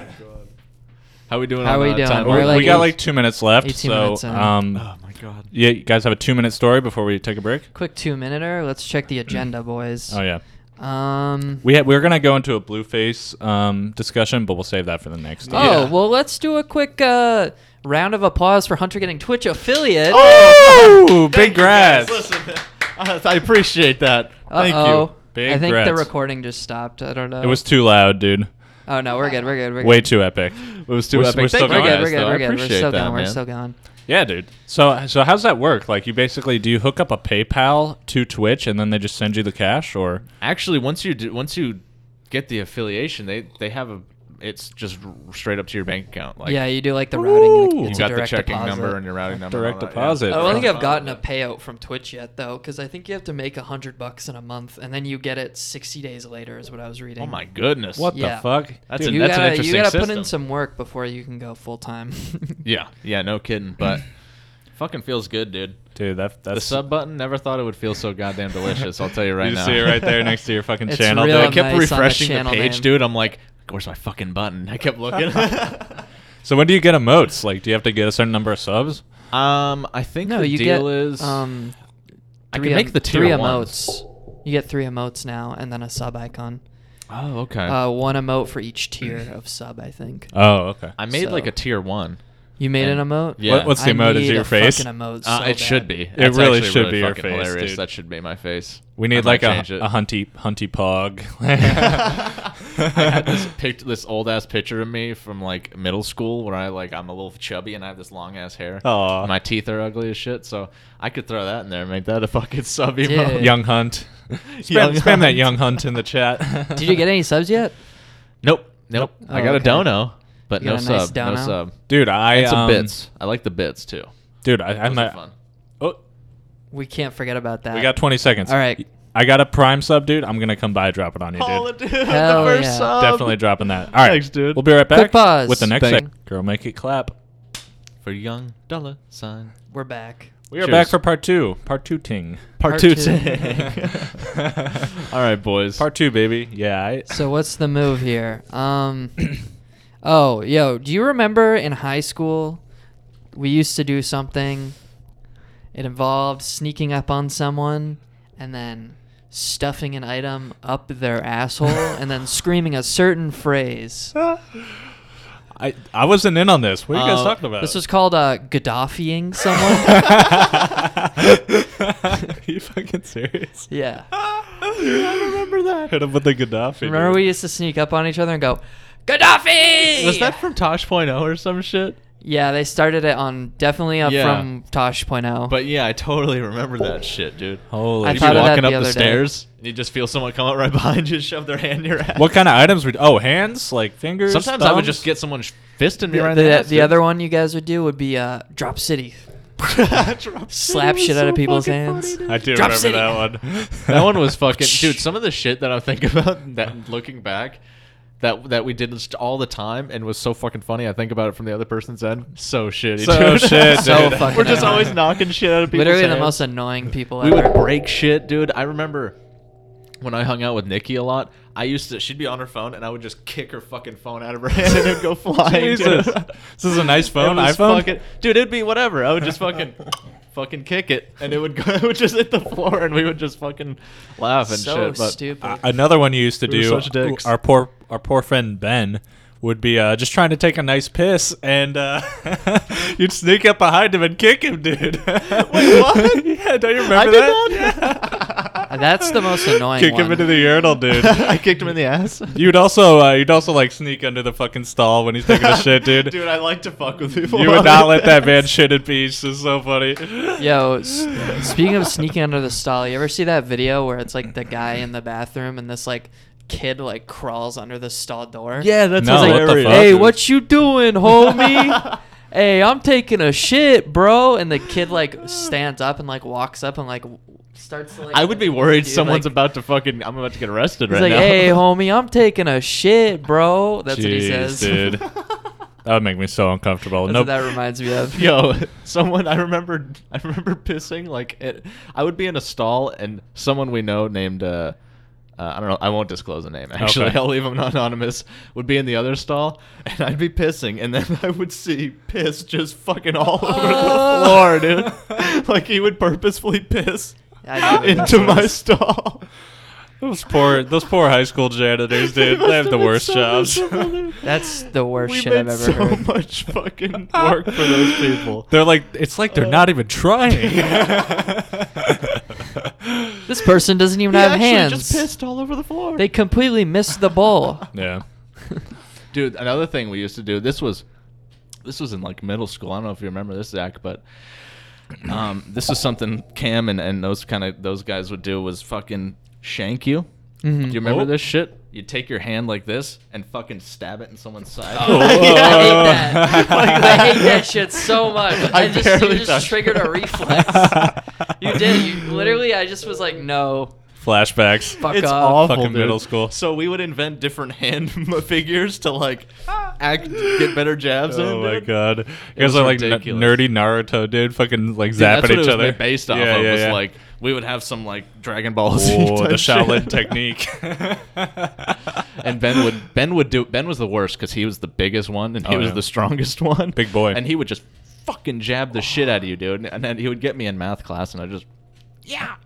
S4: How we doing?
S1: How
S4: on,
S1: we
S4: uh,
S1: doing?
S4: Time
S1: We're
S3: we
S1: like
S3: got
S1: eight-
S3: like two minutes left,
S1: 18
S3: so
S1: minutes in.
S3: um,
S4: oh my god.
S3: yeah, you guys have a two minute story before we take a break.
S1: Quick two minuter. Let's check the agenda, boys.
S3: Oh yeah.
S1: Um.
S3: We had, we were gonna go into a blue face um, discussion, but we'll save that for the next. time.
S1: Oh
S4: Yeah.
S1: well, let's do a quick uh, round of applause for Hunter getting Twitch affiliate.
S3: Oh, big
S4: Thank you, guys.
S3: grass.
S4: Listen, I I appreciate that. Thank
S1: Uh-oh.
S4: you.
S3: Big
S1: I think the
S3: grats.
S1: recording just stopped. I don't know.
S3: It was too loud, dude.
S1: Oh no, we're good. We're good. We're good.
S3: Way too epic.
S4: It was too
S3: We're-
S4: epic.
S3: we're still
S4: Thank
S1: We're
S3: going.
S4: you
S1: good. We're
S4: guys,
S1: good.
S4: though. I
S1: We're good. We're
S4: appreciate
S1: still
S4: that,
S1: going. We're
S4: man.
S1: still going.
S3: Yeah, dude. So so how's that work? Like you basically do you hook up a PayPal to Twitch and then they just send you the cash, or
S4: Actually, once you do, once you get the affiliation, they they have a. It's just r- straight up to your bank account. Like
S1: yeah, you do like the routing.
S3: Ooh.
S1: and
S4: you
S1: It's a
S4: got the
S1: direct
S4: checking
S1: deposit. Oh,
S4: number and your routing number. and
S3: Direct
S4: all that,
S3: deposit.
S1: I
S3: your-
S1: don't think I've
S4: Direct
S1: gotten a
S4: deposit.
S1: payout from Twitch yet though, because I think you have to make a hundred bucks in a month, and then you get it sixty days later, is what I was reading.
S4: Oh my goodness.
S3: what
S1: Yeah.
S3: the fuck?
S4: That's
S3: dude,
S1: You
S4: an
S1: gotta, you
S4: interesting
S1: gotta put in
S4: system.
S1: some work before you can go full time. [laughs]
S4: Yeah. Yeah. No kidding. But [clears throat] fucking feels good, dude.
S3: dude, that that's
S4: The sub button. Never thought it would feel so goddamn delicious. I'll tell you right
S3: you
S4: now.
S3: see it right there
S4: [laughs]
S3: next to your fucking
S1: It's
S3: channel.
S1: real
S4: I
S3: dude.
S4: kept
S1: nice on the
S4: refreshing the,
S1: channel
S4: page,
S1: name.
S4: dude. I'm like, where's my fucking button? I kept looking.
S3: [laughs] So when do you get emotes? Like, do you have to get a certain number of subs?
S4: um, I think
S1: no,
S4: the
S1: you
S4: deal
S1: get
S4: is
S1: um,
S4: I
S1: three
S4: can make
S1: em-
S4: the tier
S1: three
S4: ones.
S1: emotes. You get three emotes now, and then a sub icon.
S4: Oh, okay.
S1: Uh, one emote for each tier of sub, I think.
S3: Oh, okay.
S4: I made like
S1: so-
S4: a tier one.
S1: You made an
S4: and-
S1: emote.
S4: Yeah.
S3: What, what's the
S1: I
S3: emote? Is
S1: need
S3: it
S1: a
S3: your face?
S1: fucking emote
S4: Uh,
S1: so
S4: it should
S1: bad.
S4: be. It
S3: really should be your face,
S4: Hilarious.
S3: dude.
S4: That should be my face.
S3: We
S4: I
S3: need
S4: might
S3: like a,
S4: change it.
S3: a hunty hunty
S4: [laughs]
S3: pog. [laughs]
S4: I had this pict- this old ass picture of me from like middle school where I like I'm a little chubby and I have this long ass hair.
S3: Aw.
S4: My teeth are ugly as shit, so I could throw that in there and make that a fucking sub emote.
S1: Dude.
S3: Young
S4: [laughs]
S3: Hunt. Spam,
S4: Young
S3: spam that
S4: Hunt.
S3: Young Hunt in the chat.
S4: [laughs]
S1: Did you get any subs yet?
S4: Nope. Nope.
S3: Nope.
S4: I got
S1: Oh,
S4: a
S1: okay.
S4: dono, but
S1: You
S4: no
S1: got a nice
S4: sub.
S1: dono?
S4: No sub.
S3: dude. I
S4: And some
S3: um,
S4: bits. I like the bits too.
S3: dude. I, I'm
S4: Those are
S3: not.
S4: fun.
S3: Oh,
S1: We can't forget about that.
S3: we got 20 seconds.
S1: Uh, All right.
S3: I got a prime sub, dude. I'm gonna come by, drop it on you,
S4: Call
S3: dude.
S4: it, dude.
S1: Hell
S4: [laughs] the first
S1: yeah.
S4: sub.
S3: Definitely dropping that. All right,
S4: Thanks, dude.
S3: We'll be right back
S1: Quick pause.
S3: with the next
S4: Thank-
S3: seg- girl. Make it clap.
S4: For young dollar sign.
S1: We're back.
S3: We are
S4: Cheers.
S3: back for part two. Part two ting.
S1: Part two.
S4: [laughs] All right, boys.
S3: Part two, baby. Yeah. I,
S1: So what's the move here? Um, [coughs] oh, yo, do you remember in high school we used to do something? It involved sneaking up on someone and then stuffing an item up their asshole and then screaming a certain phrase.
S3: I I wasn't in on this. What are you guys
S4: Uh,
S3: talking about?
S1: This was called uh, Gaddafiing someone.
S3: [laughs]
S1: [laughs]
S3: Are you fucking serious?
S1: yeah.
S3: I remember that. Hit him with the Gaddafi.
S1: Remember
S3: dude.
S1: we used to sneak up on each other and go, Gaddafi!
S4: Was that from Tosh.0 or some shit?
S1: Yeah, they started it on definitely up
S4: Yeah.
S1: from Tosh.0.
S4: But yeah, I totally remember that shit, dude.
S3: Holy
S1: Oh. I
S3: shit.
S4: You'd be
S1: thought of that
S4: walking
S1: the
S4: up the
S1: other day.
S4: stairs, and you just feel someone come up right [laughs] behind you, shove their hand in your ass.
S3: What kind of items would? Oh, hands like fingers.
S4: Sometimes I would
S3: thumbs?
S4: just get someone sh- fisting me
S1: the,
S4: right
S1: the,
S4: in ass,
S1: the
S4: dude. [laughs]
S1: other one you guys would do would be uh, Drop City.
S4: Drop
S1: Slap
S4: city
S1: shit
S4: was
S1: out of
S4: so
S1: people's
S4: fucking
S1: hands.
S4: funny, dude.
S3: I do
S1: Drop
S3: remember
S1: City.
S3: that one.
S4: [laughs] that
S3: [laughs]
S4: one was fucking dude. Some of the shit that I think about that looking back, that that we did just all the time and was so fucking funny. I think about it from the other person's end. So shitty.
S3: So
S4: dude. [laughs]
S3: shit,
S1: So dude. fucking
S4: We're just
S1: annoying.
S4: always knocking shit out of people.
S1: Literally the most annoying people
S4: We
S1: ever.
S4: would break shit, dude. I remember when I hung out with Nikki a lot. I used to. She'd be on her phone, and I would just kick her fucking phone out of her [laughs] hand, and it'd go flying.
S3: Jesus.
S4: [laughs] dude.
S3: This is a nice phone,
S4: It was
S3: iPhone?
S4: fucking- dude, it'd be whatever. I would just [laughs] fucking, fucking kick it, and it would go. [laughs] It would just hit the floor, and we would just fucking laugh and
S1: so
S4: shit. But
S1: stupid.
S3: A- Another one you used to
S4: We were
S3: do.
S4: such dicks.
S3: Our poor, our poor friend Ben would be uh, just trying to take a nice piss, and uh, [laughs] you'd sneak up behind him and kick him, dude. [laughs] Wait,
S4: what?
S3: yeah, don't you remember
S4: I did
S3: that?
S4: that.
S1: Uh, That's the
S4: [laughs]
S1: most annoying
S3: Kick him
S1: one.
S3: into the urinal,
S1: [laughs]
S3: dude.
S4: I kicked him in the [laughs] ass.
S3: You'd also, uh, you'd also like sneak under the fucking stall when he's taking
S4: [laughs]
S3: a shit, dude.
S4: Dude, I like to fuck with people.
S3: you would not let
S4: [laughs]
S3: that man shit in peace. It's so funny.
S1: Yo, s- speaking of sneaking under the stall, you ever see that video where it's like the guy in the bathroom and this like kid like crawls under the stall door?
S4: Yeah, that's
S3: No,
S1: It's like,
S3: what the fuck,
S1: hey,
S3: dude?
S1: what you doing, [laughs] homie? hey, I'm taking a shit, bro. And the kid like stands up and like walks up and like w- starts. To, like,
S4: I would be worried
S1: dude,
S4: someone's
S1: like,
S4: about to fucking. I'm about to get arrested
S1: He's
S4: right
S1: like,
S4: now. [laughs]
S1: hey, homie, I'm taking a shit, bro. That's what he
S3: Jeez,
S1: says. [laughs]
S3: dude. That would make me so uncomfortable.
S1: That's
S3: Nope.
S1: what that reminds me of.
S4: [laughs] Yo, someone I remember. I remember pissing like it. I would be in a stall and someone we know named. Uh, uh, I don't know. I won't disclose a name. Actually,
S3: Okay.
S4: [laughs] I'll leave him anonymous. Would be in the other stall, and I'd be pissing, and then [laughs] I would see piss just fucking all
S1: Oh.
S4: over the floor, dude. [laughs] like he would purposefully piss
S1: [laughs] I do
S4: into
S1: remember
S4: my
S1: this.
S4: stall.
S3: Those poor, those poor high school
S4: [laughs]
S3: janitors, dude.
S4: It
S3: They have
S4: must
S3: the
S4: been
S3: worst
S4: so
S3: jobs.
S4: miserable, dude.
S1: That's the worst
S4: we
S1: shit
S4: made
S1: I've ever
S4: so
S1: heard.
S4: much fucking work for those people.
S3: [laughs] They're like, it's like they're not even
S4: [laughs]
S3: trying.
S1: This person doesn't even
S4: He
S1: have
S4: actually
S1: hands.
S4: Just pissed all over the floor.
S1: They completely missed the
S4: [laughs]
S1: ball. [laughs]
S3: yeah.
S4: Dude, another thing we used to do. This was, this was in like middle school. I don't know if you remember this, Zach, but um, this is something Cam and, and those kind of those guys would do was fucking shank you. Do you remember
S3: Oh.
S4: this shit? You take your hand like this and fucking stab it in someone's side.
S3: Oh.
S1: [laughs] I hate
S4: [laughs]
S1: that.
S3: Like
S1: I hate that shit so much. I,
S4: I
S1: just you
S4: barely
S1: just
S4: touched
S1: triggered a
S4: it.
S1: reflex.
S4: [laughs]
S1: You
S3: [laughs]
S1: did. You literally. I just was like, no,
S3: Flashbacks.
S1: fuck
S4: it's
S1: off.
S4: awful,
S3: Fucking
S4: dude.
S3: middle school.
S4: So we would invent different hand [laughs] figures to like act, get better jabs.
S3: Oh
S4: in,
S3: my
S4: dude.
S3: god. You guys
S4: was
S3: are like n-
S4: ridiculous.
S3: nerdy Naruto, dude. Fucking like
S4: Dude, that's
S3: zapping
S4: what
S3: each
S4: it was
S3: other.
S4: Based off
S3: yeah,
S4: of
S3: yeah,
S4: was
S3: yeah.
S4: like we would have some like Dragon Ball [laughs] Z
S3: Oh, the
S4: type shit. [laughs]
S3: Shaolin technique. [laughs]
S4: and Ben would Ben would do Ben was the worst because he was the biggest one and he
S3: Oh,
S4: was
S3: yeah.
S4: the strongest one,
S3: Big boy.
S4: and he would just fucking jab the shit out of you, dude. And then he would get me in math class, and I just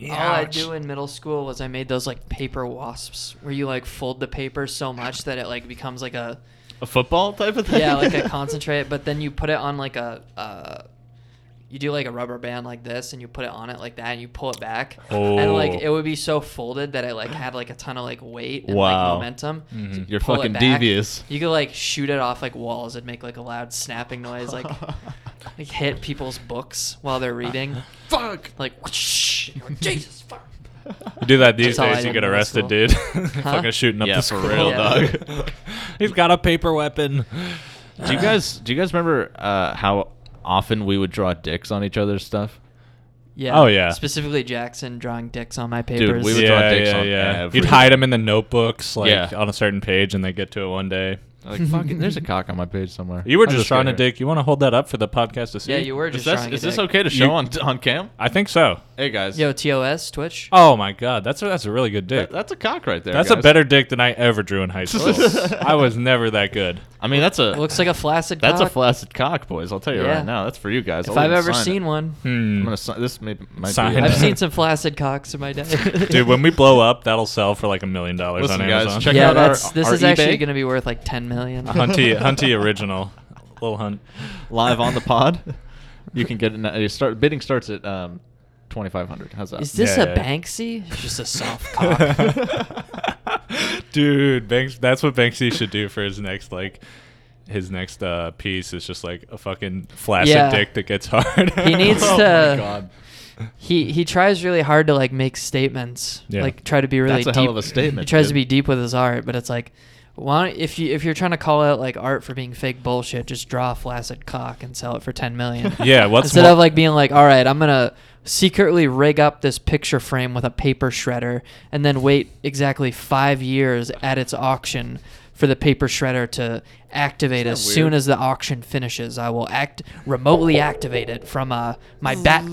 S1: All I do in middle school was I made those like paper wasps where you like fold the paper so much that it like becomes like a
S4: a football type of thing.
S1: yeah like
S4: [laughs]
S1: a concentrate, but then you put it on like a. Uh, you do like a rubber band like this, and you put it on it like that, and you pull it back, and like
S3: Oh.
S1: it would be so folded that it like had like a ton of like weight and
S4: Wow. Mm-hmm.
S1: like momentum.
S3: Mm-hmm.
S1: So
S4: You're
S1: pull it
S4: fucking
S1: back.
S4: devious.
S1: You could like shoot it off like walls and make like a loud snapping noise,
S4: [laughs]
S1: like, [laughs] like
S4: [laughs]
S1: hit people's books while they're reading,
S4: Fuck.
S1: [laughs] like whoosh, and you're like, Jesus fuck.
S3: You do that these
S1: That's how I
S3: days, you
S1: did
S3: get
S1: middle
S3: arrested,
S1: school.
S4: [laughs]
S3: dude.
S1: Huh?
S3: Fucking shooting up
S4: Yeah,
S3: the
S4: for
S3: school.
S4: real,
S1: Yeah.
S4: dog.
S3: [laughs] He's got a paper weapon.
S4: Do
S3: [laughs]
S4: you guys do you guys remember uh, how often we would draw dicks on each other's stuff?
S1: Yeah.
S3: Oh, yeah.
S1: Specifically, Jackson drawing dicks on my papers.
S4: we would
S3: yeah,
S4: draw dicks
S3: yeah,
S4: on
S3: yeah.
S4: every-
S3: You'd hide them in the notebooks, like
S4: Yeah.
S3: on a certain page, and they get to it one day.
S1: [laughs]
S4: Like fucking, there's a cock on my page somewhere.
S3: You were
S4: I'm
S3: just trying to
S4: kidding.
S3: dick. You want to hold that up for the podcast to see?
S1: yeah, you were
S4: Is
S1: just
S4: this,
S1: drawing.
S4: is
S1: a
S4: this
S1: dick.
S4: okay to show
S3: You-
S4: on on cam?
S3: I think so.
S4: Hey guys,
S1: Yo, TOS Twitch.
S3: Oh my god, that's a, that's a really good dick.
S4: that- that's a cock right there.
S3: that's a
S4: guys.
S3: better dick than I ever drew
S4: [laughs]
S3: in high school. I was never that good.
S4: I mean, that's a
S1: It looks like a flaccid.
S4: [laughs] that's
S1: cock.
S4: a flaccid cock, boys. I'll tell you
S1: Yeah.
S4: right now, that's for you guys.
S1: If
S4: I'll
S1: I've
S4: even
S1: ever
S4: sign it.
S1: seen one,
S3: Hmm.
S4: I'm gonna sign this. May, might
S3: Sign
S4: be,
S3: it. [laughs]
S1: I've
S4: [laughs]
S1: seen some flaccid cocks in my day.
S3: Dude, when we blow up, that'll sell for like a million dollars on
S4: Listen, guys,
S3: Amazon.
S4: check
S1: yeah,
S4: out our-
S1: that's this
S4: our
S1: is actually
S4: eBay.
S1: going to be worth like 10 million.
S3: Hunty, Hunty original, little Hunt.
S4: live on
S1: [laughs]
S4: the pod. You can get it. Now. You start bidding starts at um, twenty five hundred. How's that?
S1: Is this
S3: Yeah,
S1: a
S3: yeah.
S1: Banksy? It's just a
S3: [laughs]
S1: soft cock.
S3: Dude, Banks. That's what Banksy should do for his next like. His next uh, piece is just like a fucking flaccid
S1: Yeah.
S3: dick that gets hard. [laughs]
S1: He needs
S4: [laughs] Oh
S1: to-
S4: my God.
S1: he he tries really hard to like make statements.
S3: Yeah.
S1: Like try to be really
S4: That's a
S1: deep.
S4: hell of a statement,
S1: He tries to
S4: dude.
S1: be deep with his art, but it's like why don't- if you if you're trying to call out like art for being fake bullshit, just draw a flaccid cock and sell it for 10 million.
S3: [laughs] Yeah, what's
S1: Instead
S3: more-
S1: of like being like, "All right, I'm going to secretly rig up this picture frame with a paper shredder and then wait exactly 5 years at its auction." For the paper shredder to activate as soon
S4: weird?
S1: as the auction finishes, I will act remotely activate it from uh, my bat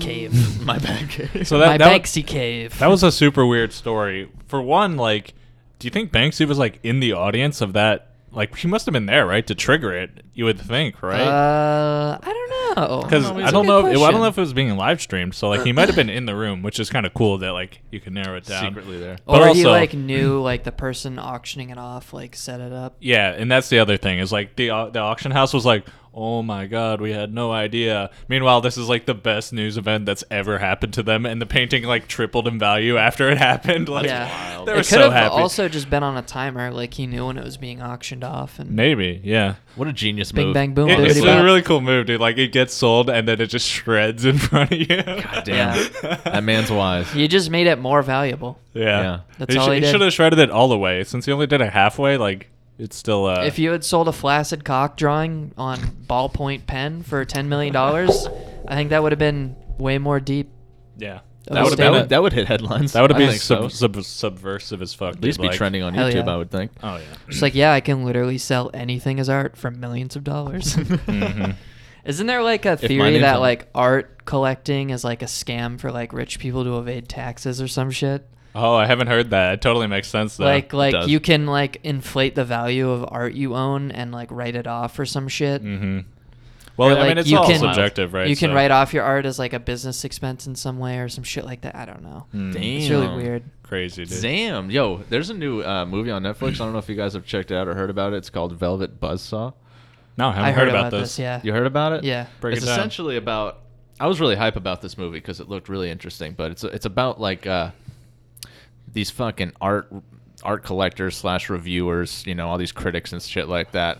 S3: [laughs]
S1: cave.
S4: My bad.
S3: So that-
S1: my
S3: that-
S1: Banksy cave.
S3: That was a super weird story. For one, like, do you think Banksy was like in the audience of that? Like, he must have been there, right, to trigger it. You would think, right?
S1: Uh, I don't know.
S3: Because
S4: don't know,
S3: I
S4: it's a
S3: don't
S4: good
S3: know. If, I don't
S1: question.
S3: know if it was being live streamed. So like, he might have been in the room, which is kind of cool that like you can narrow it down.
S4: secretly there.
S3: But
S1: or he
S3: also-
S1: like knew like the person auctioning it off like set it up.
S3: Yeah, and that's the other thing is like the au- the auction house was like, oh my god, we had no idea. Meanwhile, this is like the best news event that's ever happened to them, and the painting like tripled in value after it [laughs] happened. Like,
S1: yeah,
S3: they
S1: it
S3: were
S1: could
S3: so
S1: have
S3: happy.
S1: also just been on a timer. Like he knew when it was being auctioned off, and
S3: Maybe, yeah.
S4: What a genius
S1: Bing,
S4: move.
S1: bang, boom,
S3: It- it's
S1: Bibbidi bop.
S3: a really cool move, dude. Like it gets sold and then it just shreds in front of you.
S4: [laughs]
S3: God
S4: Damn,
S3: [laughs]
S4: that man's wise.
S1: you just made it more valuable.
S3: Yeah.
S4: Yeah.
S1: That's all he did.
S3: should have shredded it all the way. Since he only did it halfway, like it's still. Uh,
S1: If you had sold a flaccid cock drawing on ballpoint pen for ten million dollars, I think that would have been way more deep.
S3: yeah,
S1: That
S4: That would
S1: would've
S4: have
S1: been
S4: been
S1: it.
S4: that would hit headlines.
S3: that would have
S4: I
S3: been
S4: think
S3: sub,
S4: so.
S3: sub, subversive as fuck.
S4: At least
S3: dude,
S4: be
S3: like-
S4: trending on
S1: Hell
S4: YouTube,
S1: yeah.
S4: I would think.
S3: Oh yeah.
S1: Just like yeah, I can literally sell anything as art for millions
S3: [laughs]
S1: of dollars. [laughs]
S4: [laughs]
S3: Mhm.
S1: Isn't there like a
S4: my
S1: theory
S4: name's
S1: that
S4: on it.
S1: like art collecting is like a scam for like rich people to evade taxes or some shit?
S3: Oh, I haven't heard that. It totally makes sense though.
S1: like like
S4: Uh, does.
S1: you can like inflate the value of art you own and like write it off or some shit.
S4: Mm-hmm.
S3: hmm Well,
S1: Or,
S3: I
S1: like,
S3: mean, it's
S1: you
S3: all
S1: can-
S3: subjective, right?
S1: you can
S3: So-
S1: write off your art as like a business expense in some way or some shit like that. I don't know.
S3: Mm.
S4: Damn.
S1: It's really weird.
S3: Crazy, dude.
S4: Damn, yo, there's a new uh, movie on Netflix. I don't know if you guys have checked it out or heard about it. It's called Velvet Buzzsaw.
S3: No, I haven't
S1: I
S3: heard, about, this.
S1: Yeah.
S4: You heard about it?
S1: Yeah.
S3: Break
S4: it's
S3: it down.
S4: essentially about. I was really hype about this movie because it looked really interesting, but it's it's about like uh, these fucking art art collectors slash reviewers, you know, all these critics and shit like that.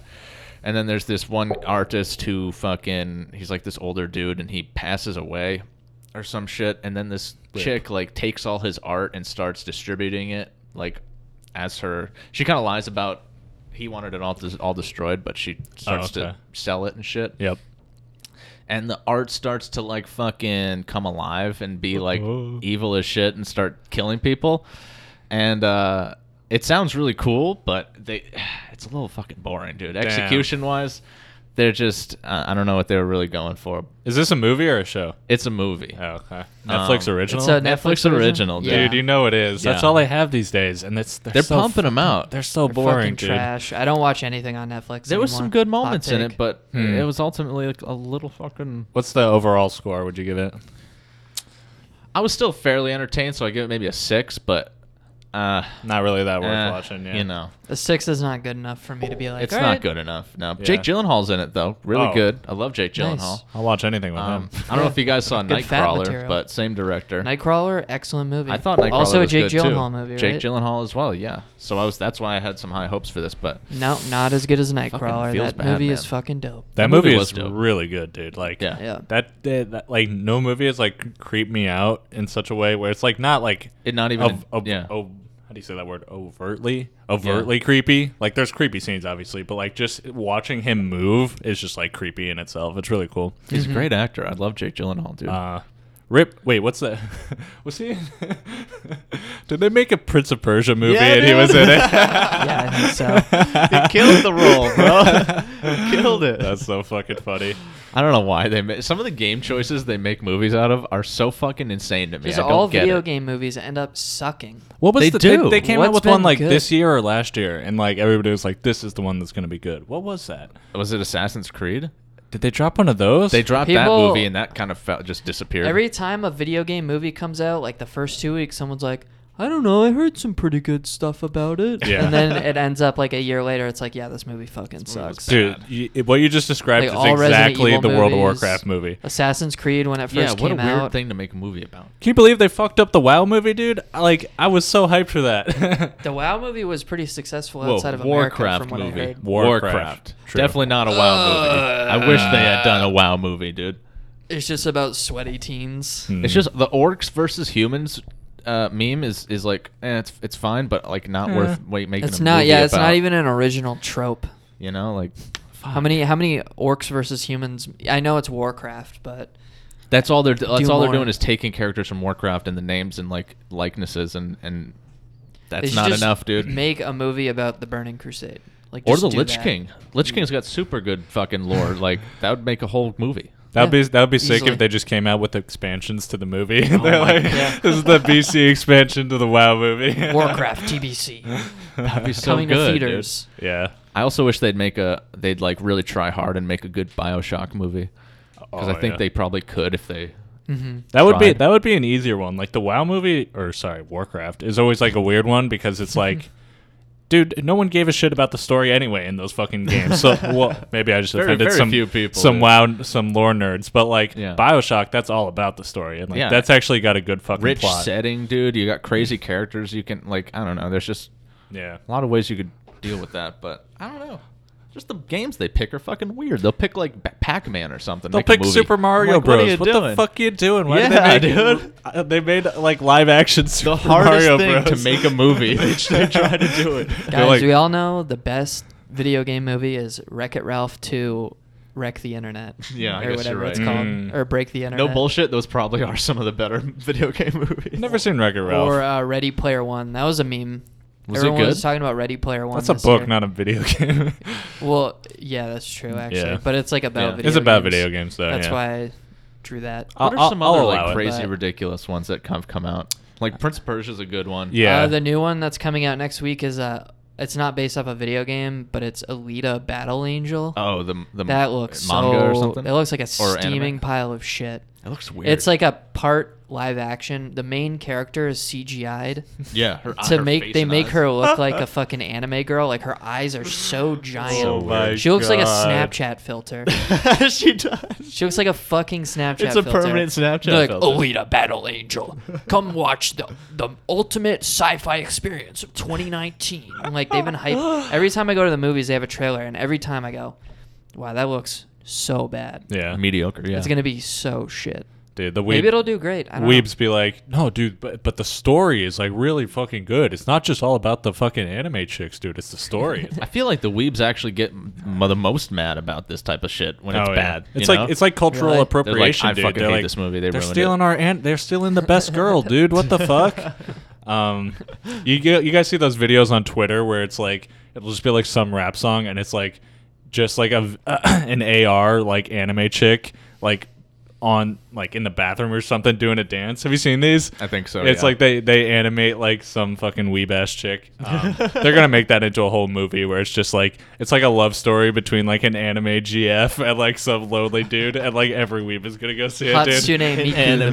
S4: And then there's this one artist who fucking he's like this older dude and he passes away or some shit. And then this
S3: Rip.
S4: chick like takes all his art and starts distributing it like as her. She kind of lies about he wanted it all des- all destroyed, but she starts
S3: okay.
S4: to sell it and shit
S3: Yep.
S4: and the art starts to like fucking come alive and be like
S3: Oh.
S4: evil as shit and start killing people and uh it sounds really cool but they [sighs] it's a little fucking boring dude execution wise they're just uh, i don't know what they were really going for
S3: Is this a movie or a show?
S4: it's a movie
S3: Oh, okay. Netflix
S4: Um,
S3: original.
S1: It's a
S4: Netflix
S1: Netflix original?
S4: original, dude.
S1: Yeah.
S3: Dude, you know it is. That's
S4: Yeah.
S3: all they have these days, and it's they're,
S4: they're
S3: so
S4: pumping them out
S3: They're so
S1: They're
S3: boring,
S1: fucking
S3: dude.
S1: trash. I don't watch anything on Netflix.
S4: there was
S1: anymore.
S4: some good
S1: Hot
S4: moments in
S1: take.
S4: it but
S3: Hmm.
S4: it was ultimately like, a little fucking
S3: What's the overall score? Would you give it?
S4: i was still fairly entertained so i give it maybe a six but uh,
S3: Not really that worth
S4: eh,
S3: watching. Yeah.
S4: You know,
S1: The six is not good enough for me to be like.
S4: it's
S1: "All
S4: not
S1: right."
S4: good enough. No,
S3: Yeah.
S4: Jake Gyllenhaal's in it though. Really
S3: Oh.
S4: good. I love Jake
S1: Nice.
S4: Gyllenhaal.
S3: I'll watch anything with
S4: Um,
S3: him.
S4: I don't
S3: [laughs]
S4: know if you guys
S1: [laughs]
S4: saw
S1: Good fat
S4: Nightcrawler,
S1: material.
S4: but same director.
S1: Nightcrawler, excellent movie.
S4: I thought Nightcrawler
S1: also
S4: was
S1: a Jake
S4: good, too.
S1: Gyllenhaal movie.
S4: Jake
S1: right?
S4: Gyllenhaal as well. Yeah. So I was. That's why I had some high hopes for this, but
S1: No, not as good as Nightcrawler.
S4: feels
S1: That
S4: bad,
S1: movie
S4: man.
S1: is fucking dope.
S3: That
S4: That movie
S3: movie
S4: was
S3: is
S4: dope.
S3: really good, dude. Like,
S4: Yeah.
S1: Yeah.
S3: That, that, that- like no movie has like creeped me out in such a way where it's like not like
S4: it not even.
S3: of, of,
S4: yeah.
S3: of- how do you say that word overtly overtly creepy like there's creepy scenes obviously but like just watching him move is just like creepy in itself it's really cool
S4: He's
S1: Mm-hmm.
S4: a great actor. I love Jake Gyllenhaal, dude.
S3: uh rip wait what's that [laughs] was he did they make a prince of persia movie
S4: Yeah,
S3: and he
S4: dude.
S3: was in [laughs] it
S1: Yeah, I think so.
S4: he killed the role, bro. He killed it.
S3: that's so fucking funny
S4: I don't know why they ma- some of the game choices they make movies out of are so fucking insane to me.
S1: Because
S4: I don't
S1: all
S4: get
S1: video
S4: it.
S1: game movies end up sucking.
S3: what was
S4: They
S3: the,
S4: do.
S3: they, they came out
S1: What's
S3: with one
S1: been
S3: like
S1: good?
S3: this year or last year and like everybody was like this is the one that's gonna be good what was that
S4: Was it Assassin's Creed?
S3: did they drop one of those
S4: They dropped that
S1: People-
S4: movie and that kind of felt just disappeared.
S1: Every time a video game movie comes out, like the first two weeks, someone's like, I don't know, I heard some pretty good stuff about it.
S3: Yeah.
S1: And then
S4: [laughs]
S1: it ends up like a year later, it's like, yeah, this movie fucking sucks.
S3: Dude, you, what you just described
S1: Like, all
S3: is
S1: Resident
S3: exactly the
S1: Evil
S3: World of
S1: movies.
S3: Warcraft movie.
S1: Assassin's Creed, when it
S4: yeah,
S1: first
S4: what a
S1: came
S4: weird
S1: out.
S4: thing to make a movie about.
S3: Can you believe they fucked up the WoW movie, dude? I, Like, I was so hyped for that. [laughs]
S1: The WoW movie was pretty successful
S4: Whoa,
S1: outside of America,
S4: Warcraft
S1: from what
S4: movie.
S1: I heard.
S3: Warcraft. True. Uh.
S4: Definitely not a WoW movie. I wish they had done a WoW movie, dude.
S1: It's just about sweaty teens.
S3: Mm.
S4: It's just the orcs versus humans uh, meme is is like eh, it's it's fine, but like not worth wait making.
S1: Eh. It's
S4: a
S1: not,
S4: movie
S1: yeah, it's
S4: about,
S1: not even an original trope.
S4: You know, like
S1: How many how many orcs versus humans? I know it's Warcraft, but
S4: That's all they're that's
S1: Do
S4: all they're
S1: more.
S4: doing is taking characters from Warcraft and the names and like likenesses and and
S1: they
S4: that's
S1: should
S4: not
S1: just
S4: enough, dude.
S1: Make a movie about the Burning Crusade, like
S4: or
S1: just
S4: the
S1: do
S4: Lich
S1: that.
S4: King. Lich King's got super good
S1: [laughs]
S4: fucking lore. like that would make a whole movie.
S3: That'd
S1: Yeah.
S3: be that'd be sick
S1: Easily.
S3: if they just came out with expansions to the movie. [laughs] They're
S4: Oh my
S3: like,
S4: God.
S1: Yeah.
S3: this is the BC expansion to the WoW movie. [laughs]
S1: [laughs] Warcraft TBC
S4: That'd be [laughs] so
S1: coming
S4: good.
S1: to
S4: dude.
S1: theaters.
S3: yeah.
S4: I also wish they'd make a they'd like really try hard and make a good BioShock movie because
S3: Oh,
S4: I think
S3: yeah.
S4: they probably could if they.
S1: hmm
S3: That would be
S4: tried.
S3: that would be an easier one. Like the WoW movie, or sorry, Warcraft is always like a weird one because
S4: [laughs]
S3: it's like, dude, no one gave a shit about the story anyway in those fucking games.
S4: [laughs]
S3: So well, maybe I just
S4: Very-
S3: offended
S4: very
S3: some
S4: few people,
S3: some
S4: dude.
S3: WoW, some lore nerds. But like
S4: Yeah.
S3: Bioshock, that's all about the story, and like
S4: Yeah.
S3: that's actually got a good fucking
S4: Rich
S3: plot.
S4: setting, dude. You
S3: [laughs]
S4: got crazy characters. You can like I don't know. There's just
S3: Yeah,
S4: a lot of ways you could deal with that, but I don't know. Just the games they pick are fucking weird. They'll pick like Pa- Pac-Man or something.
S3: they'll
S4: make a
S3: pick
S4: movie.
S3: Super
S4: I'm
S3: Mario
S4: like,
S3: Bros.
S4: What, are you
S3: What,
S4: doing?
S3: the fuck you doing? Why
S4: Yeah,
S3: did they make, [laughs]
S4: dude.
S3: Uh, They made like live action Super
S4: The hardest
S3: Mario
S4: thing
S3: Bros.
S4: to make a movie. [laughs] they try to do
S3: [laughs]
S4: it.
S3: They're
S1: Guys,
S3: like-
S1: we all know the best video game movie is Wreck It Ralph to Wreck the Internet.
S4: Yeah, I
S1: or
S4: guess
S1: whatever
S4: you're Hmm.
S1: it's
S3: right.
S1: called,
S3: Mm.
S1: or Break the Internet.
S4: No bullshit. Those probably are some of the better [laughs] video game movies.
S3: Never seen Wreck-It Ralph.
S1: Or uh, Ready Player One. That was a meme.
S4: Was it
S1: Everyone
S4: good?
S1: was talking about Ready Player One.
S3: that's a
S1: this
S3: book,
S1: year.
S3: not a video game.
S1: [laughs] Well, yeah, that's true actually,
S3: Yeah.
S1: but it's like about
S4: Yeah.
S1: video.
S3: it's about
S1: games.
S3: video games though.
S1: That's
S3: yeah.
S1: why I drew that.
S3: I'll-
S4: What are some
S3: I'll-
S4: other
S3: I'll allow
S4: like
S3: it.
S4: crazy,
S1: But-
S4: ridiculous ones that have come out? Like Prince of Persia is a good one.
S3: Yeah.
S1: Uh, the new one that's coming out next week is uh it's not based off a video game, but it's Alita Battle Angel.
S4: Oh, the the
S1: that looks
S4: manga
S1: so.
S4: or something.
S1: It looks like a
S4: Or anime?
S1: steaming pile of shit.
S4: It looks weird.
S1: It's like a part live action. The main character is CGI'd
S4: yeah. Her,
S1: to
S4: her
S1: make
S4: face
S1: they
S4: and
S1: make
S4: eyes.
S1: her
S4: [laughs]
S1: look like a fucking anime girl. Like her eyes are
S4: Oh
S1: so giant.
S4: So
S3: my
S1: she looks like a
S3: God.
S1: Snapchat filter.
S4: she does.
S1: [laughs] She looks like a fucking Snapchat.
S4: It's a
S1: filter.
S4: permanent Snapchat
S1: They're like,
S4: filter.
S1: Alita Battle Angel, come watch the the ultimate sci-fi experience of 2019. I'm like they've been
S4: [gasps]
S1: hyped. Every time I go to the movies, they have a trailer, and every time I go, wow, that looks so bad.
S3: Yeah,
S4: [laughs] Mediocre. Yeah.
S1: It's gonna be so shit.
S3: dude. The weeb,
S1: Maybe it'll do great. I don't
S3: weebs be like, no, dude, but but the story is like really fucking good. It's not just all about the fucking anime chicks, dude. It's the
S1: [laughs]
S3: story. It's-
S4: I feel like the weebs actually get m- the most mad about this type of shit when it's
S3: Oh, yeah.
S4: bad.
S3: It's
S4: you
S3: like
S4: know?
S3: it's like cultural
S1: Really?
S4: like,
S3: appropriation,
S4: "I
S3: dude.
S4: fucking
S3: they're
S4: hate
S3: like,
S4: this movie. They
S3: are
S4: ruined
S3: stealing
S4: it."
S3: our and they're stealing the best girl, dude. What the fuck?
S4: [laughs]
S1: [laughs]
S3: Um, you g- you guys see those videos on Twitter where it's like it'll just be like some rap song and it's like just like a v- [clears throat] an AR like anime chick like on like in the bathroom or something doing a dance. Have you seen these?
S4: I think so,
S3: It's
S4: yeah.
S3: like they they animate like some fucking weeb ass chick. Um, they're gonna make that into a whole movie where it's just like it's like a love story between like an anime GF and like some lonely dude, and like every weeb is gonna go see
S1: know.
S3: it, dude.
S1: Hatsune Miku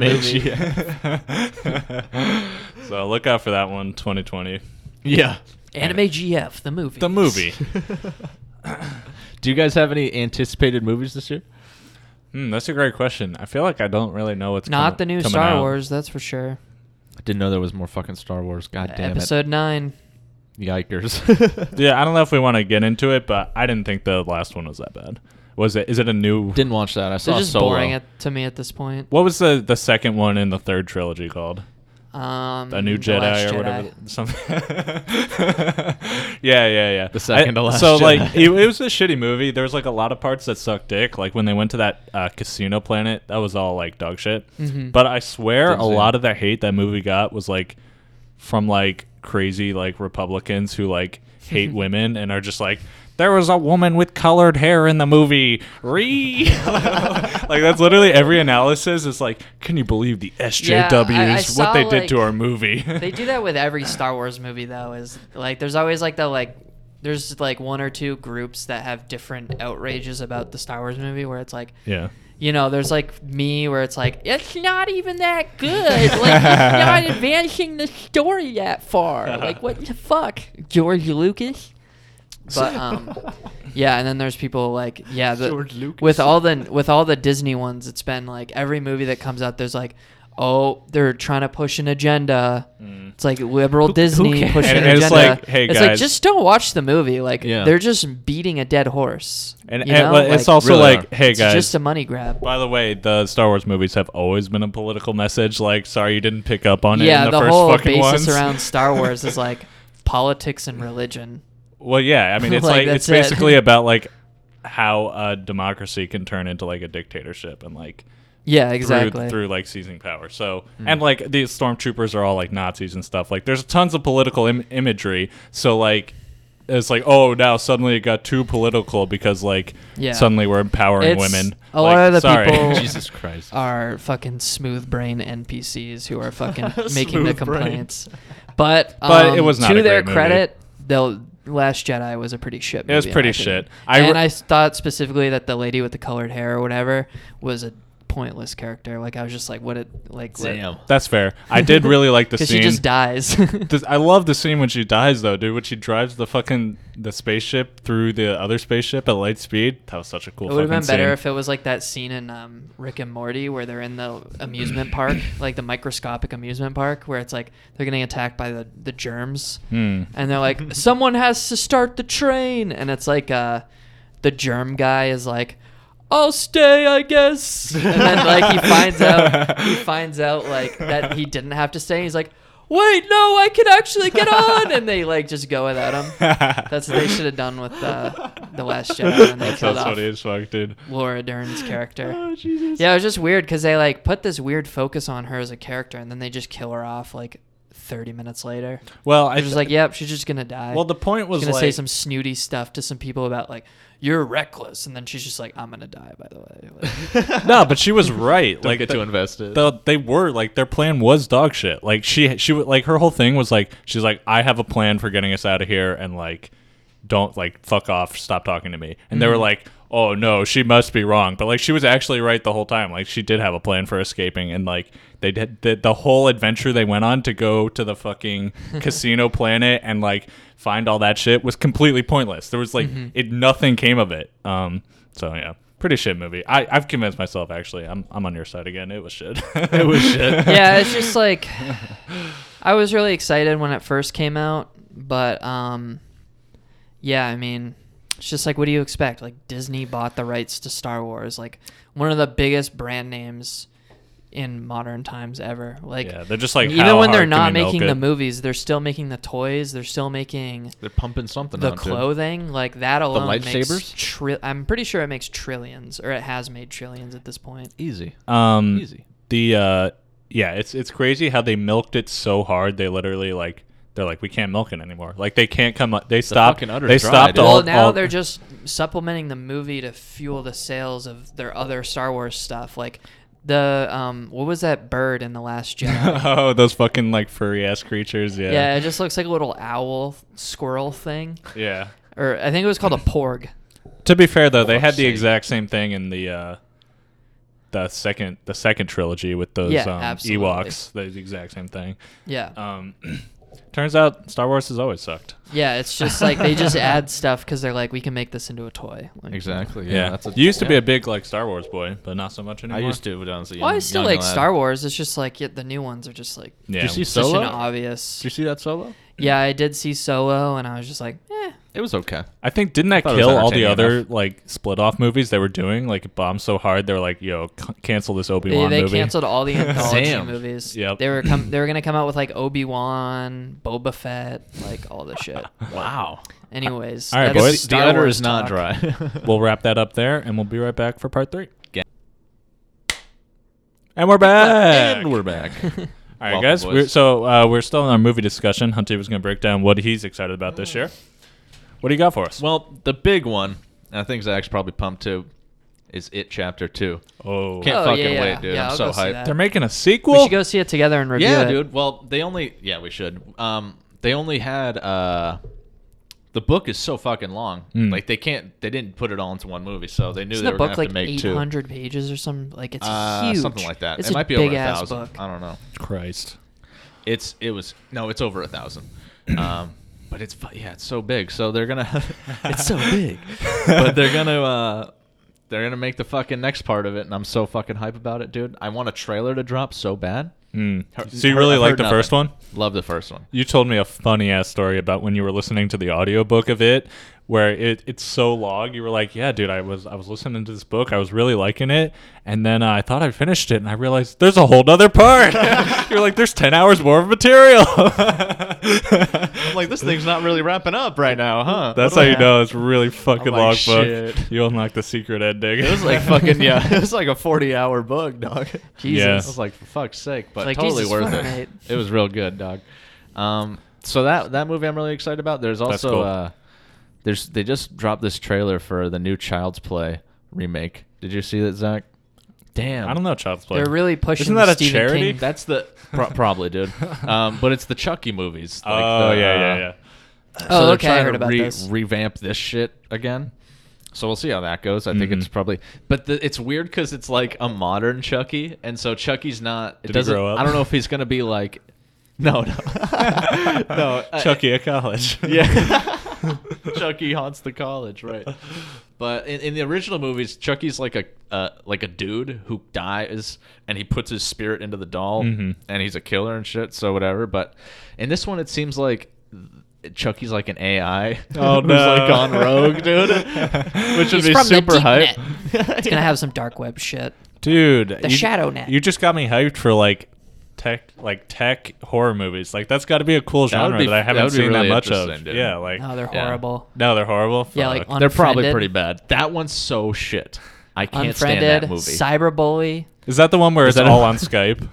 S1: the movie. [laughs]
S4: yeah.
S3: So look out for that one, 2020.
S4: [laughs] Yeah.
S1: Anime GF, the movie.
S3: The movie.
S1: [laughs]
S4: Do you guys have any anticipated movies this year?
S3: Hmm, that's a great question. I feel like I don't really know what's
S1: Not
S3: com-
S1: the new
S3: coming
S1: Star
S3: out.
S1: Wars, that's for sure.
S4: I didn't know there was more fucking Star Wars. God damn
S1: Episode
S4: it.
S1: nine.
S4: Yikers.
S1: [laughs]
S3: Yeah, I don't know if we want to get into it, but I didn't think the last one was that bad. Was it? Is it a new?
S4: Didn't watch that. I saw
S1: They're just
S4: Solo. [laughs]
S1: boring it to me at this point.
S3: What was the the second one in the third trilogy called?
S1: Um,
S3: A new
S1: The
S3: Jedi
S1: Last
S3: or whatever. [laughs]
S1: Jedi.
S3: Something. yeah, yeah, yeah.
S4: The second
S3: I,
S4: to last
S3: So
S4: Jedi.
S3: like, it, it was a shitty movie. There was like a lot of parts that sucked dick. Like when they went to that uh, casino planet, that was all like dog shit.
S1: Mhm.
S3: But I swear,
S4: Didn't
S3: a
S4: see it.
S3: lot of the hate that movie got was like from like crazy like Republicans who like
S1: [laughs]
S3: hate women and are just like. There was a woman with colored hair in the movie. Re, [laughs] like that's literally every analysis. It's like, can you believe the
S1: Yeah,
S3: SJWs?
S1: I- I
S3: what
S1: saw,
S3: they did to
S1: like-
S3: our movie?
S1: they
S3: [laughs]
S1: do that with every Star Wars movie though. Is like there's always like the like there's like one or two groups that have different outrages about the Star Wars movie where it's like
S3: Yeah.
S1: you know there's like me where it's like it's not even that good like it's not advancing the story that far like what the fuck George Lucas but um yeah and then there's people like yeah the,
S4: George Lucas.
S1: with all the with all the Disney ones it's been like every movie that comes out there's like oh they're trying to push an agenda it's like liberal Disney
S4: cares?
S1: pushing
S3: Mm. And
S1: an
S3: it's
S1: agenda
S3: like, hey,
S1: it's like
S3: guys.
S1: just don't watch the movie like
S4: Yeah.
S1: they're just beating a dead horse
S3: And,
S1: you
S3: and
S1: know?
S3: well, it's
S1: Like,
S3: also
S4: Really
S3: like,
S4: are.
S3: hey
S1: it's
S3: guys.
S1: just a money grab
S3: by the way, the Star Wars movies have always been a political message. Like, sorry you didn't pick up on
S1: yeah,
S3: it in the,
S1: the,
S3: first
S1: whole
S3: fucking
S1: basis
S3: ones.
S1: around
S3: [laughs]
S1: Star Wars is like politics and religion.
S3: well, yeah. I mean, it's
S1: [laughs] Like,
S3: like, it's
S1: that's it.
S3: basically about like how a democracy can turn into like a dictatorship and like
S1: Yeah,
S3: through-
S1: exactly. Hmm.
S3: through, like seizing power. So and like these stormtroopers are all like Nazis and stuff. Like, there's tons of political Im- imagery. So like. It's like, oh, now suddenly it got too political because, like,
S1: Yeah.
S3: suddenly we're empowering
S1: It's-
S3: women.
S1: a
S3: Like,
S1: lot of the
S3: sorry. [laughs]
S1: people-
S4: Jesus Christ.
S1: Are fucking smooth brain NPCs who
S3: [laughs]
S1: are fucking making the
S4: Smooth brain.
S1: complaints. But um,
S3: But it was not
S1: to
S3: a
S1: their
S3: great movie.
S1: credit, the Last Jedi was a pretty shit. Movie,
S3: was
S1: in
S3: pretty
S1: my opinion.
S3: shit. I re-
S1: and I thought specifically that the lady with the colored hair or whatever was a pointless character. Like I was just like, what it like? what-
S4: Damn.
S3: That's fair. I
S1: [laughs]
S3: did really like the
S1: 'Cause
S3: scene.
S1: she just dies.
S3: This- I love [laughs] the scene when she dies though, dude. When she drives the fucking the spaceship through the other spaceship at light speed. That was such a cool.
S1: It would have
S3: fucking
S1: been better if
S3: scene.
S1: it was like that scene in um, Rick and Morty where they're in the
S3: [clears throat]
S1: amusement park, like the microscopic amusement park, where it's like they're getting attacked by the, the germs. [laughs]
S3: Hmm.
S1: And
S3: [laughs]
S1: they're like, someone has to start the train. And it's like uh, the germ guy is like, I'll stay, I guess. And then like he finds
S3: [laughs]
S1: out, he finds out like that he didn't have to stay. He's like, wait, no, I can actually get on. And they like just go without him.
S3: [laughs]
S1: That's what they should have done with uh, the Last Jedi when they
S3: That
S1: killed
S3: sounds
S1: off
S3: funny as fuck, dude.
S1: Laura Dern's
S3: [laughs]
S1: character.
S4: Oh, Jesus.
S1: Yeah, it was just weird because they like put this weird focus on her as a character, and then they just kill her off like 30 minutes later.
S3: Well,
S1: I
S3: I
S1: was just like, "Yep, she's just gonna die."
S3: uh, Well, the point was
S1: she's gonna
S3: like
S1: say some snooty stuff to some people about like you're reckless, and then she's just like, "I'm gonna die." By the way,
S3: [laughs]
S1: Like,
S3: no, but she was right.
S4: Don't
S3: like
S4: get
S3: the-
S4: too invested.
S3: the- they were like their plan was dog shit. Like she she wa- like her whole thing was like she's like I have a plan for getting us out of here and like don't like fuck off, stop talking to me. And they
S4: Mm-hmm.
S3: were like, "Oh no, she must be wrong." But like she was actually right the whole time. Like she did have a plan for escaping and like they did the, the whole adventure they went on to go to the
S4: [laughs]
S3: fucking casino planet and like find all that shit was completely pointless. There was like
S4: Mm-hmm.
S3: it nothing came of it. Um so yeah. Pretty shit movie. I, I've convinced myself actually. I'm I'm on your side again. It was shit.
S4: it was
S3: [laughs]
S4: shit.
S1: yeah, it's just like I was really excited when it first came out, but um, yeah, I mean, it's just like, what do you expect? Like Disney bought the rights to Star Wars, like one of the biggest brand names in modern times ever. Like,
S3: Yeah, they're just like,
S1: even
S3: how
S1: when they're
S3: hard can
S1: not
S3: we milk
S1: making
S3: it?
S1: the movies, they're still making the toys. They're still making
S4: They're pumping something
S1: the
S4: out, dude.
S1: clothing, like that alone makes.
S4: lightsabers?
S1: Tri- I'm pretty sure it makes trillions, or it has made trillions at this point.
S4: Easy.
S3: Um,
S4: Easy.
S3: The uh, yeah, it's it's crazy how they milked it so hard. They literally like they're like, we can't milk it anymore. Like they can't come. up They stopped.
S4: fucking udder's
S3: They
S4: dry,
S3: stopped
S4: dude.
S3: all.
S1: Well, now
S3: all-
S1: they're just supplementing the movie to fuel the sales of their other Star Wars stuff. Like the um, what was that bird in the
S3: [laughs]
S1: Last Jedi?
S3: [laughs] oh those fucking like furry ass creatures. Yeah.
S1: yeah, it just looks like a little owl squirrel thing,
S3: Yeah.
S1: or
S3: [laughs]
S1: I think it was called a porg.
S3: To be fair though, they
S4: Fuck's
S3: had the
S4: sake.
S3: exact same thing in the uh, the second the second trilogy with those
S1: Yeah,
S3: um,
S1: absolutely.
S3: Ewoks. They're the exact same thing.
S1: Yeah.
S3: Um, [clears throat] turns out Star Wars has always sucked.
S1: yeah, it's just like they just add stuff because they're like, we can make this into a toy. Like,
S4: Exactly.
S3: Yeah,
S4: Yeah. That's a,
S3: you used to be
S4: yeah.
S3: a big like Star Wars boy, but not so much
S4: I
S3: anymore.
S4: used to, but honestly,
S1: Well, I
S4: young-
S1: still
S4: young
S1: like
S4: lad.
S1: Star Wars. It's just like yet the new ones are just like
S3: Yeah.
S4: Did you see
S1: such
S4: Solo?
S1: an
S4: Did
S1: obvious.
S4: you see that Solo?
S1: Yeah, I did see Solo, and I was just like, eh.
S4: It was okay.
S3: I think didn't that
S4: thought it was
S3: kill all the
S4: entertaining
S3: other
S4: enough.
S3: like split off movies they were doing? Like it bombed so hard they were like, "Yo, c- cancel this Obi
S1: They,
S3: Wan
S1: they
S3: movie."
S1: canceled
S3: [laughs]
S1: all
S4: [laughs]
S1: the anthology
S4: Damn.
S1: movies.
S3: Yep.
S1: They were com- they were gonna come out with like Obi Wan, Boba Fett, like all this shit.
S4: Wow.
S1: Anyways,
S3: All right,
S1: that's
S3: boys.
S1: Star
S4: the udder
S1: Wars
S4: is not
S1: talk.
S4: dry. [laughs]
S3: [laughs] we'll wrap that up there, and we'll be right back for part three.
S4: Yeah.
S3: And we're back.
S4: and we're back.
S1: [laughs]
S4: All
S3: All right, guys. We're, so uh, we're still in our movie discussion. Hunter was going to break down what he's excited about this year. What do you got for us?
S4: well, the big one, and I think Zach's probably pumped too, is It Chapter Two.
S3: oh,
S4: Can't
S1: Oh,
S4: fucking
S1: yeah, yeah.
S4: wait, dude.
S1: Yeah,
S4: I'm
S1: I'll
S4: so
S1: go see
S4: hyped.
S1: that.
S3: they're making a
S1: Oh. We
S3: sequel.
S1: should go see it together and review
S4: Yeah,
S1: it.
S4: dude. Well, they only yeah we should. Um, they only had uh, the book is so fucking long.
S3: Mm.
S4: Like they can't they didn't put it all into one movie, so they knew
S1: Isn't the
S4: they were gonna
S1: book
S4: have
S1: like
S4: to make
S1: eight
S4: two.
S1: hundred pages or something? Like it's
S4: Uh,
S1: huge.
S4: something like that.
S1: It's
S4: it
S1: a
S4: might be
S1: big
S4: over a
S1: ass
S4: thousand.
S1: book.
S4: I don't know.
S3: Christ.
S4: It's it was no, it's over a thousand. Um, but it's fu- yeah, it's so big. So they're gonna it's so big, but they're gonna uh, they're gonna make the fucking next part of it, and I'm so fucking hype about it, dude. I want a trailer to drop so bad.
S3: Mm.
S4: Heard-
S3: so you
S4: heard-
S3: really
S4: I've
S3: like
S4: heard
S3: the
S4: nothing.
S3: first one?
S4: Love the first one.
S3: You told me a funny ass story about when you were listening to the audiobook of it where it, it's so long. You were like, "Yeah, dude, I was I was listening to this book. I was really liking it, and then uh, I thought I finished it and I realized there's a whole other part." [laughs] You're like, "There's 10 hours more of material."
S4: I'm like, this thing's not really wrapping up right now, huh?
S3: [laughs] That's how
S4: What do
S3: you
S4: I-
S3: know it's a really fucking
S4: I'm like,
S3: long book.
S4: "Shit."
S3: You'll unlock the secret ending.
S4: It
S3: [laughs]
S4: was like fucking yeah. It was like a forty-hour bug, dog.
S1: Jesus.
S3: Yeah.
S4: I was like, for fuck's sake, but
S1: Like,
S4: totally
S1: Jesus
S4: worth
S1: fuck, mate.
S4: it. It was real good, dog. Um, so that that movie I'm really excited about. There's
S3: That's
S4: also
S3: cool.
S4: uh, there's they just dropped this trailer for the new Child's Play remake. Did you see that, Zach?
S3: [laughs]
S4: Damn,
S3: I don't know, child's play.
S1: They're really pushing.
S3: Isn't that
S1: the
S3: a
S1: Stephen
S3: charity?
S1: King-
S4: That's the pro-
S3: [laughs]
S4: probably, dude. Um, but it's the Chucky movies. like
S3: oh
S4: the,
S3: yeah, yeah,
S4: uh,
S3: yeah.
S1: Oh,
S4: they're
S1: okay, I
S4: trying
S1: heard
S4: to
S1: about
S4: re-
S1: this.
S4: Revamp this shit again. So we'll see how that goes. I think
S3: Mhm.
S4: it's probably, but the, it's weird because it's like a modern Chucky, and so Chucky's not.
S3: Did
S4: It
S3: he
S4: doesn't.
S3: grow up?
S4: I don't know if he's gonna be like, [laughs] no, no, [laughs] no, I-
S3: Chucky at college.
S4: [laughs] yeah, Chucky haunts the college, [laughs] right? But in, in the original movies, Chucky's like a uh, like a dude who dies, and he puts his spirit into the doll,
S3: Mhm.
S4: and he's a killer and shit. So whatever. But in this one, it seems like Chucky's like an AI
S3: Oh,
S4: [laughs] who's
S3: no.
S4: like gone rogue, dude. Which would
S1: He's
S4: be
S1: from the
S4: super
S1: deep
S4: hype.
S1: it's gonna have some dark web shit.
S3: Dude,
S1: The
S3: you,
S1: Shadow Net.
S3: You just got me hyped for like tech, like tech horror movies. Like that's got to be a cool
S4: That would
S3: genre
S4: be-
S3: that I
S4: that
S3: haven't
S4: would be
S3: seen
S4: really
S3: that much of.
S4: interesting, dude.
S3: Yeah, like
S1: Oh, they're
S4: Yeah.
S1: horrible.
S3: no, they're horrible.
S1: Yeah, like,
S3: Fuck.
S1: on-
S4: [laughs] They're probably
S1: Unfriended.
S4: pretty bad. That one's so shit. I can't stand that
S1: Unfriended,
S4: movie.
S1: cyberbully.
S3: is that the one where it's
S4: that
S3: all
S4: [laughs] a-
S3: on Skype?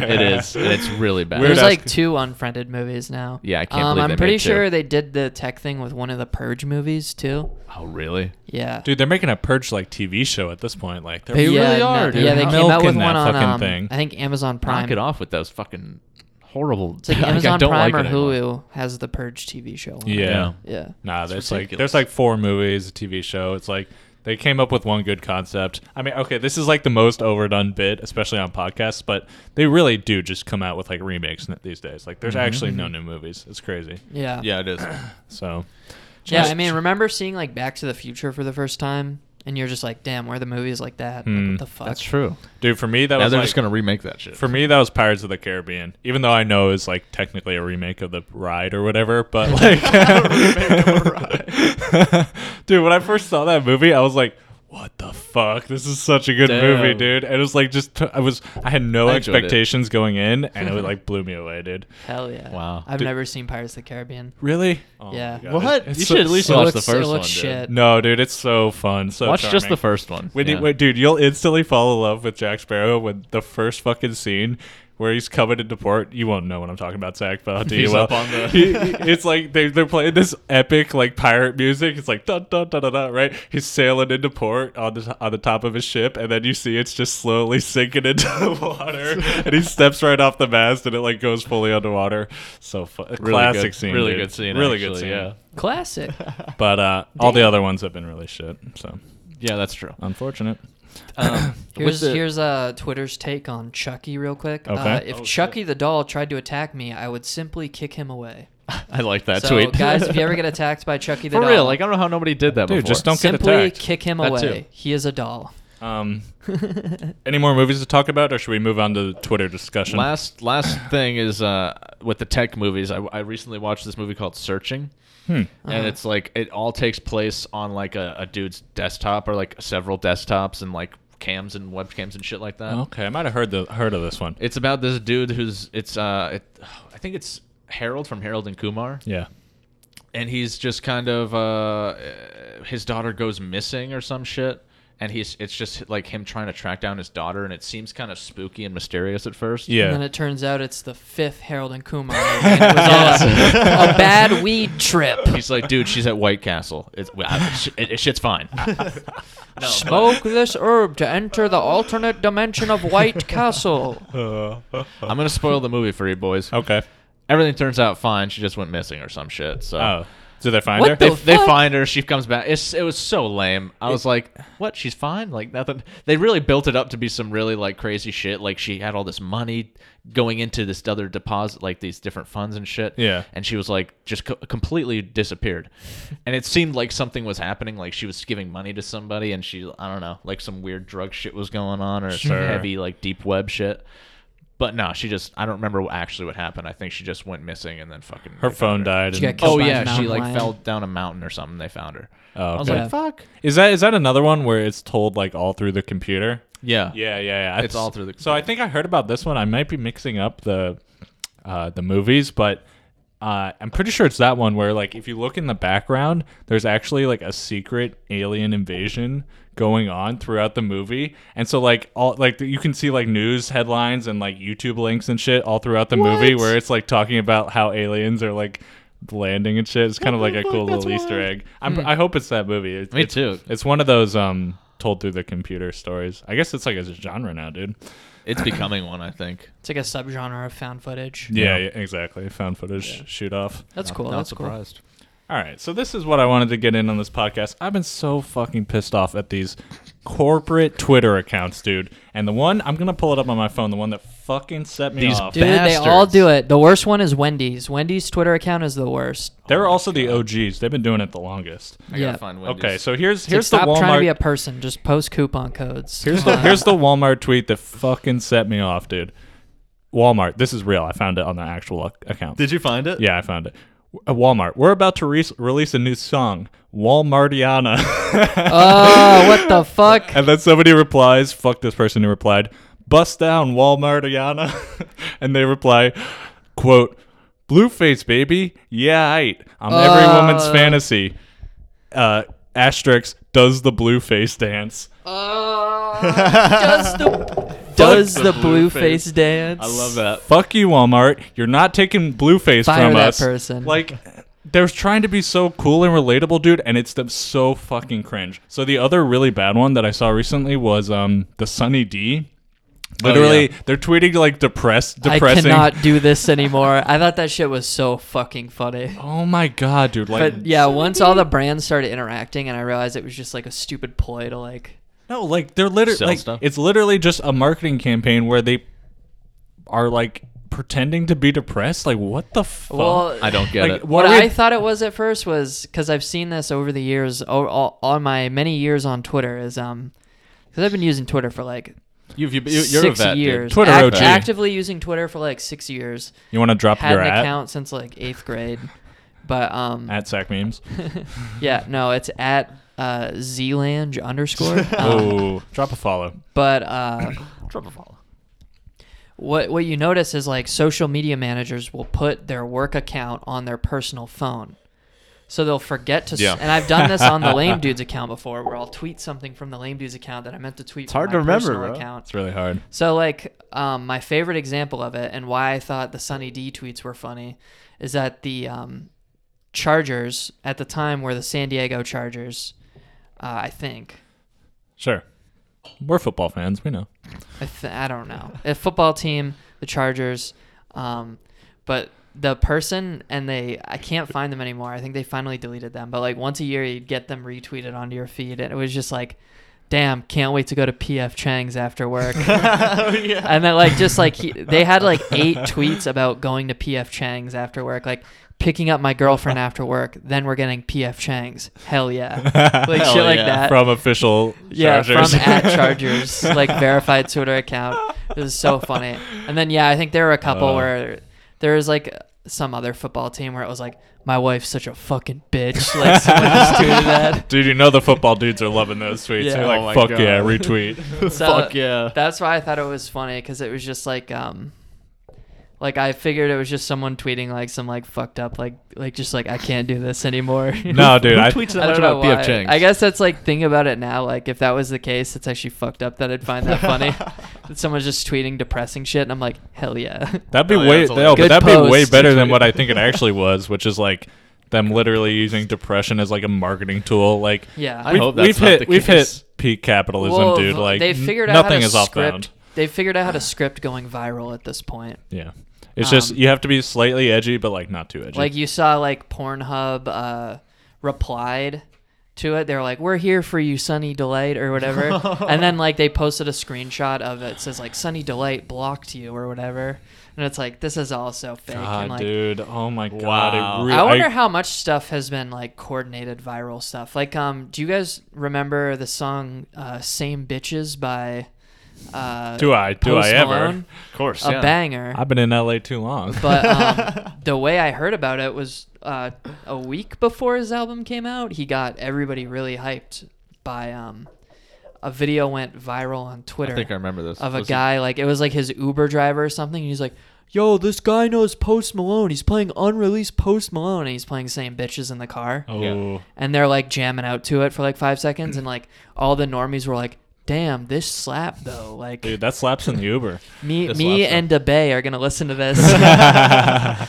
S3: [laughs]
S4: it is. and It's really bad.
S3: Weird
S1: There's like
S3: ass-
S1: two uh, unfriended movies now.
S4: Yeah, I can't
S1: Um,
S4: believe
S1: I'm
S4: they
S1: pretty
S4: made two.
S1: sure they did the tech thing with one of the Purge movies too.
S4: oh, really?
S1: Yeah,
S3: Dude, they're making a purge like TV show at this point. Like they're
S4: They
S3: really
S1: yeah,
S4: really are, dude.
S1: Yeah, they came out
S3: Milking
S1: with
S3: that
S1: one on
S3: fucking
S1: um,
S3: thing.
S1: I think Amazon Prime.
S4: Knock it off with those fucking horrible.
S1: It's like
S4: [laughs] I
S1: Amazon
S4: don't
S1: Prime
S4: like
S1: or
S4: it
S1: Hulu
S4: anymore.
S1: has the Purge TV show. on it.
S3: Yeah.
S4: Yeah.
S1: yeah.
S3: Nah,
S4: It's
S3: there's like
S4: ridiculous.
S3: there's like four movies, a TV show. It's like they came up with one good concept. I mean, okay, this is like the most overdone bit, especially on podcasts, but they really do just come out with like remakes n- these days. Like there's actually no new movies. It's crazy.
S1: Yeah.
S4: Mm-hmm, Yeah, it is. [clears throat]
S3: So
S1: Yeah,
S3: Just-
S1: I mean, remember seeing like Back to the Future for the first time, and you're just like, "Damn, where are the movies like that? Like,
S3: Hmm.
S1: what the fuck?"
S4: That's true.
S3: dude, for me that
S4: now
S3: was
S4: they're
S3: like,
S4: just gonna remake that shit.
S3: for me that was Pirates of the Caribbean. Even though I know it's like technically a remake of the ride or whatever,
S4: [laughs]
S3: but like [laughs] Dude, when I first saw that movie, I was like what the fuck? This is such a good
S4: Damn.
S3: movie, dude. And it was like just I was I had no
S4: I enjoyed it.
S3: expectations going in and it
S4: [laughs]
S3: like blew me away, dude.
S1: Hell yeah!
S4: Wow.
S1: I've
S3: Dude-
S1: never seen Pirates of the Caribbean.
S3: Really? Oh my
S1: Yeah.
S3: God.
S4: What?
S3: It's
S4: You
S3: so-
S4: should at least
S3: so-
S4: watch
S1: it
S4: the
S1: looks-
S4: first
S1: it looks
S4: one,
S1: shit.
S3: No, dude, it's so fun. So
S4: watch just the
S3: charming.
S4: first one.
S3: When you,
S4: Yeah.
S3: wait, dude, you'll instantly fall in love with Jack Sparrow when the first fucking scene where he's coming into port. You won't know what I'm talking about, Zach, but I'll tell you
S4: He's
S3: well.
S4: up on the-
S3: He- he- it's like they, they're playing this epic like pirate music. It's like dun dun dun dun dun. Right, he's sailing into port on the on the top of his ship, and then you see it's just slowly sinking into [laughs] the water, and he steps right off the mast, and it like goes fully underwater. So fun. classic
S4: good-
S3: scene,
S4: really
S3: dude.
S4: good scene,
S3: really good
S4: actually,
S3: scene.
S4: yeah.
S1: Classic. [laughs]
S3: But uh, all the other ones have been really shit. So
S4: yeah, that's true.
S3: unfortunate.
S4: Um,
S1: [coughs]
S4: [coughs] with
S1: Here's
S4: the-
S1: here's uh, Twitter's take on Chucky real quick. Uh,
S3: Okay.
S1: if
S4: Oh,
S1: Chucky the doll tried to attack me, I would simply kick him away.
S4: [laughs] [laughs] I like that
S1: so
S4: tweet,
S1: guys, if you ever get
S4: [laughs]
S1: attacked by Chucky the
S4: for
S1: doll,
S4: real, like I don't know how nobody did that
S3: Dude,
S4: before.
S3: just don't- get
S1: simply
S3: attacked.
S1: kick him
S4: That too.
S1: away. He is a doll. [laughs]
S4: [laughs]
S3: Um, any more movies to talk about, or should we move on to the Twitter discussion? Hmm.
S4: Last last thing is uh, with the tech movies. I, I recently watched this movie called Searching,
S3: Hmm.
S4: and it's like it all takes place on like a, a dude's desktop or like several desktops and like cams and webcams and shit like that.
S3: Okay, I might have heard the heard of this one.
S4: Uh, It's about this dude who's it's uh it, [sighs] I think it's Harold from Harold and Kumar.
S3: Yeah.
S4: and he's just kind of uh, uh, his daughter goes missing or some shit and he's it's just like him trying to track down his daughter and it seems kind of spooky and mysterious at first
S3: Yeah.
S1: And then it [laughs]
S4: [laughs]
S1: turns out it's the fifth Harold and Kumar. movie, and it was all a, a bad weed trip.
S4: [laughs] he's like dude she's at white castle it's well, I- sh- it, it,
S3: [laughs]
S4: shit's fine
S1: Smoke this herb to enter the alternate dimension of White
S4: [laughs]
S1: Castle.
S4: i'm gonna spoil the movie for you boys
S3: okay.
S4: everything turns out fine she just went missing or some shit so
S3: Oh, did they find
S1: What
S3: her?
S1: the
S4: They,
S1: f-
S4: they
S1: fuck?
S4: find her. She comes back. It's, it was so lame. I was like, "What? She's fine. Like nothing." They really built it up to be some really like crazy shit. Like she had all this money going into this other deposit, like these different funds and shit.
S3: Yeah.
S4: And she was like, just co- completely disappeared. and it seemed like something was happening. Like she was giving money to somebody, and she, I don't know, like some weird drug shit was going on, or some
S3: Sure.
S4: heavy like deep web shit. But no, she just, I don't remember actually what happened. I think she just went missing and then fucking.
S3: her
S4: they found
S3: phone died.
S1: She
S3: and-
S1: got killed.
S4: oh
S1: by a
S4: yeah, she
S1: mountain
S4: like
S1: lion.
S4: fell down a mountain or something. They found her.
S3: Oh,
S4: I was
S3: okay.
S1: Yeah.
S4: like, fuck.
S3: Is that is that another one where it's told like all through the computer?
S4: Yeah.
S3: Yeah, yeah, yeah.
S4: It's all through the-
S3: So I think I heard about this one. I might be mixing up the uh, the movies, but uh, I'm pretty sure it's that one where like if you look in the background, there's actually like a secret alien invasion going on throughout the movie, and so like all like you can see like news headlines and like YouTube links and shit all throughout the movie
S1: What?
S3: where it's like talking about how aliens are like landing and shit. It's kind of like a
S4: fuck?
S3: cool
S4: That's
S3: little Easter
S4: wild.
S3: egg. I'm, I hope it's that movie. It's,
S4: Me
S3: it's-
S4: too.
S3: It's one of those um told through the computer stories. I guess it's like a genre now, dude.
S4: It's becoming one, I think.
S1: It's like a subgenre of found footage.
S3: Yeah, yeah exactly. Found footage, shoot off.
S1: That's cool.
S4: Not
S1: that's cool.
S4: surprised.
S3: All right, so this is what I wanted to get in on this podcast. I've been so fucking pissed off at these corporate Twitter accounts, dude. And the one I'm gonna pull it up on my phone, the one that fucking set me
S4: These
S3: off.
S1: Dude, they all
S4: Bastards.
S1: do it. The worst one is Wendy's. Wendy's Twitter account is the worst.
S3: They're also the OGs. They've been doing it the longest.
S4: I
S1: Yeah.
S4: gotta find Wendy's.
S3: Okay, so here's
S1: It's like,
S3: here's the
S1: stop trying to be
S3: Walmart
S1: [laughs] a person. Just post coupon codes.
S3: Here's
S1: Come
S3: the
S1: on.
S3: here's the Walmart tweet that fucking set me off, dude. Walmart, this is real. I found it on the actual ac- account.
S4: you find it?
S3: yeah, I found it. Uh, Walmart, we're about to re- release a new song, Walmartiana,
S1: oh, what the fuck?
S3: [laughs] and then somebody replies, "Fuck this person who replied, bust down Walmartiana," [laughs] and they reply, "quote Blueface baby, yeah, right. I'm every woman's
S1: Uh.
S3: fantasy." Uh, asterisk does the blueface dance.
S1: does
S3: [laughs]
S1: the does
S4: the
S1: the blue
S4: blue
S1: face
S4: face.
S1: dance?
S4: I love that.
S3: Fuck you, Walmart. You're not taking Blueface
S1: Fire
S3: from
S1: that
S3: us.
S1: person.
S3: Like, they're trying to be so cool and relatable, dude, and it's them so fucking cringe. So the other really bad one that I saw recently was um the Sunny D.
S4: Oh,
S3: Literally, they're tweeting like depressed,
S1: I
S3: depressing.
S1: cannot
S3: [laughs]
S1: do this anymore. I thought that shit was so fucking funny.
S3: Oh my god, dude! Like,
S1: But yeah, once all the brands started interacting, and I realized it was just like a stupid ploy to like.
S3: no, like they're literally
S4: Sell
S3: like
S4: stuff.
S3: it's literally just a marketing campaign where they are like pretending to be depressed. Like, what the fuck?
S1: Well,
S4: I don't get
S3: Like,
S4: it.
S3: what
S1: What
S3: are we-
S1: I thought it was at first was because I've seen this over the years, o- o- on my many years on Twitter is um, because I've been using Twitter for like
S4: You've, you, you're a
S1: six
S4: vet, dude. [laughs]
S1: years.
S3: Twitter
S1: Act-
S3: OG.
S1: actively using Twitter for like six years.
S3: you want to drop
S1: Had
S3: your
S1: an
S3: at
S1: account since like eighth grade, but um,
S3: at Sack
S1: [laughs]
S3: Memes?
S1: yeah, no, it's at uh Zlange underscore. Um,
S3: oh, drop a follow.
S1: but uh,
S4: Drop a follow.
S1: what what you notice is like social media managers will put their work account on their personal phone. So they'll forget to, s-
S4: Yeah.
S1: and I've done this on the lame
S4: [laughs]
S1: dude's account before, where I'll tweet something from the lame dude's account that I meant to tweet. It's
S4: hard
S1: from
S4: to
S1: my
S4: remember,
S1: personal
S4: bro.
S1: Account.
S3: It's really hard.
S1: So like, um, my favorite example of it, and why I thought the Sunny D tweets were funny, is that the um, Chargers at the time were the San Diego Chargers, uh, I think.
S3: Sure. We're football fans. We know.
S1: I, th- I don't know. A football team, the Chargers, um, but the person and they I can't find them anymore. I think they finally deleted them. But like once a year, you'd get them retweeted onto your feed, and it was just like damn, can't wait to go to PF Chang's after
S4: [laughs]
S1: work.
S4: Oh, Yeah.
S1: And then like just like he, they had like eight tweets about going to PF Chang's after work, like picking up my girlfriend after work, then we're getting PF Chang's. Hell
S4: [laughs]
S1: yeah. Like
S4: Hell
S1: shit like
S4: yeah.
S1: that.
S3: from official
S1: Uh, yeah,
S3: Chargers.
S1: from
S3: [laughs]
S1: at Chargers, like verified Twitter account. It was so funny. And then yeah, I think there were a couple
S3: Uh.
S1: where there was like some other football team where it was like, My wife's such a fucking bitch. Like someone just
S3: [laughs]
S1: tweeted that.
S3: Dude, you know the football dudes are loving those tweets.
S1: Yeah.
S3: They're
S4: Oh
S3: like,
S4: my
S3: fuck
S4: God.
S3: yeah,
S4: [laughs]
S3: retweet.
S1: So-
S4: Fuck yeah.
S1: That's why I thought it was funny because it was just like, um, like I figured it was just someone tweeting like some like fucked up like like just like I can't do this anymore. [laughs]
S3: no, dude,
S4: Who
S3: I
S4: tweets that
S1: I
S4: much
S1: don't know
S4: about
S1: why.
S4: BF Chang's?
S1: I guess that's like thing about it now. Like if that was the case, it's actually fucked up that I'd find
S3: [laughs]
S1: that funny. that someone's just tweeting depressing shit, and I'm like, hell yeah.
S3: That'd be
S4: Oh, yeah,
S3: way
S4: that's a
S3: no,
S1: good
S3: but that'd be way
S1: post.
S3: better than what I think it actually was, which is like them literally using depression as like a marketing tool. Like
S1: Yeah. I
S3: we've,
S4: hope that's
S3: we've
S4: not
S3: hit
S4: the
S3: we've
S4: case.
S3: hit peak capitalism,
S1: [laughs] Well,
S3: dude. Like
S1: they
S3: n-
S1: figured out
S3: nothing
S1: how to
S3: is off bound.
S1: script. They figured out
S3: [sighs]
S1: how to script going viral at this point.
S3: Yeah, it's just
S1: Um,
S3: you have to be slightly edgy, but like not too edgy.
S1: Like you saw like Pornhub uh, replied to it. They were like, "We're here for you, Sunny Delight," or whatever.
S3: [laughs]
S1: and then like they posted a screenshot of it. It says like Sunny Delight blocked you or whatever. And it's like this is all so fake.
S4: Ah,
S3: God,
S1: and, like,
S3: dude. Oh my god.
S4: Wow.
S3: it re-
S1: I wonder how much stuff has been like coordinated viral stuff. Like, um, do you guys remember the song uh, "Same Bitches" by? Uh,
S3: do I do
S1: Post
S3: I ever?
S1: Malone?
S4: Of course.
S1: A banger.
S3: I've been in LA too long.
S1: But um, the way I heard about it was uh, a week before his album came out, he got everybody really hyped by um, a video went viral on Twitter
S4: I think I remember this.
S1: of a
S4: Was it-
S1: guy like it was like his Uber driver or something. And he's like, "Yo, this guy knows Post Malone. He's playing unreleased Post Malone, and he's playing same bitches in the car."
S3: [laughs] oh,
S4: Yeah.
S1: And they're like jamming out to it for like five seconds, and like all the normies were like. Damn, this slap though. Like
S3: dude, that slaps in the
S1: [laughs]
S3: Uber. [laughs]
S1: me,
S4: this
S1: me
S4: slap, though.
S1: and DeBay are gonna listen to this. [laughs]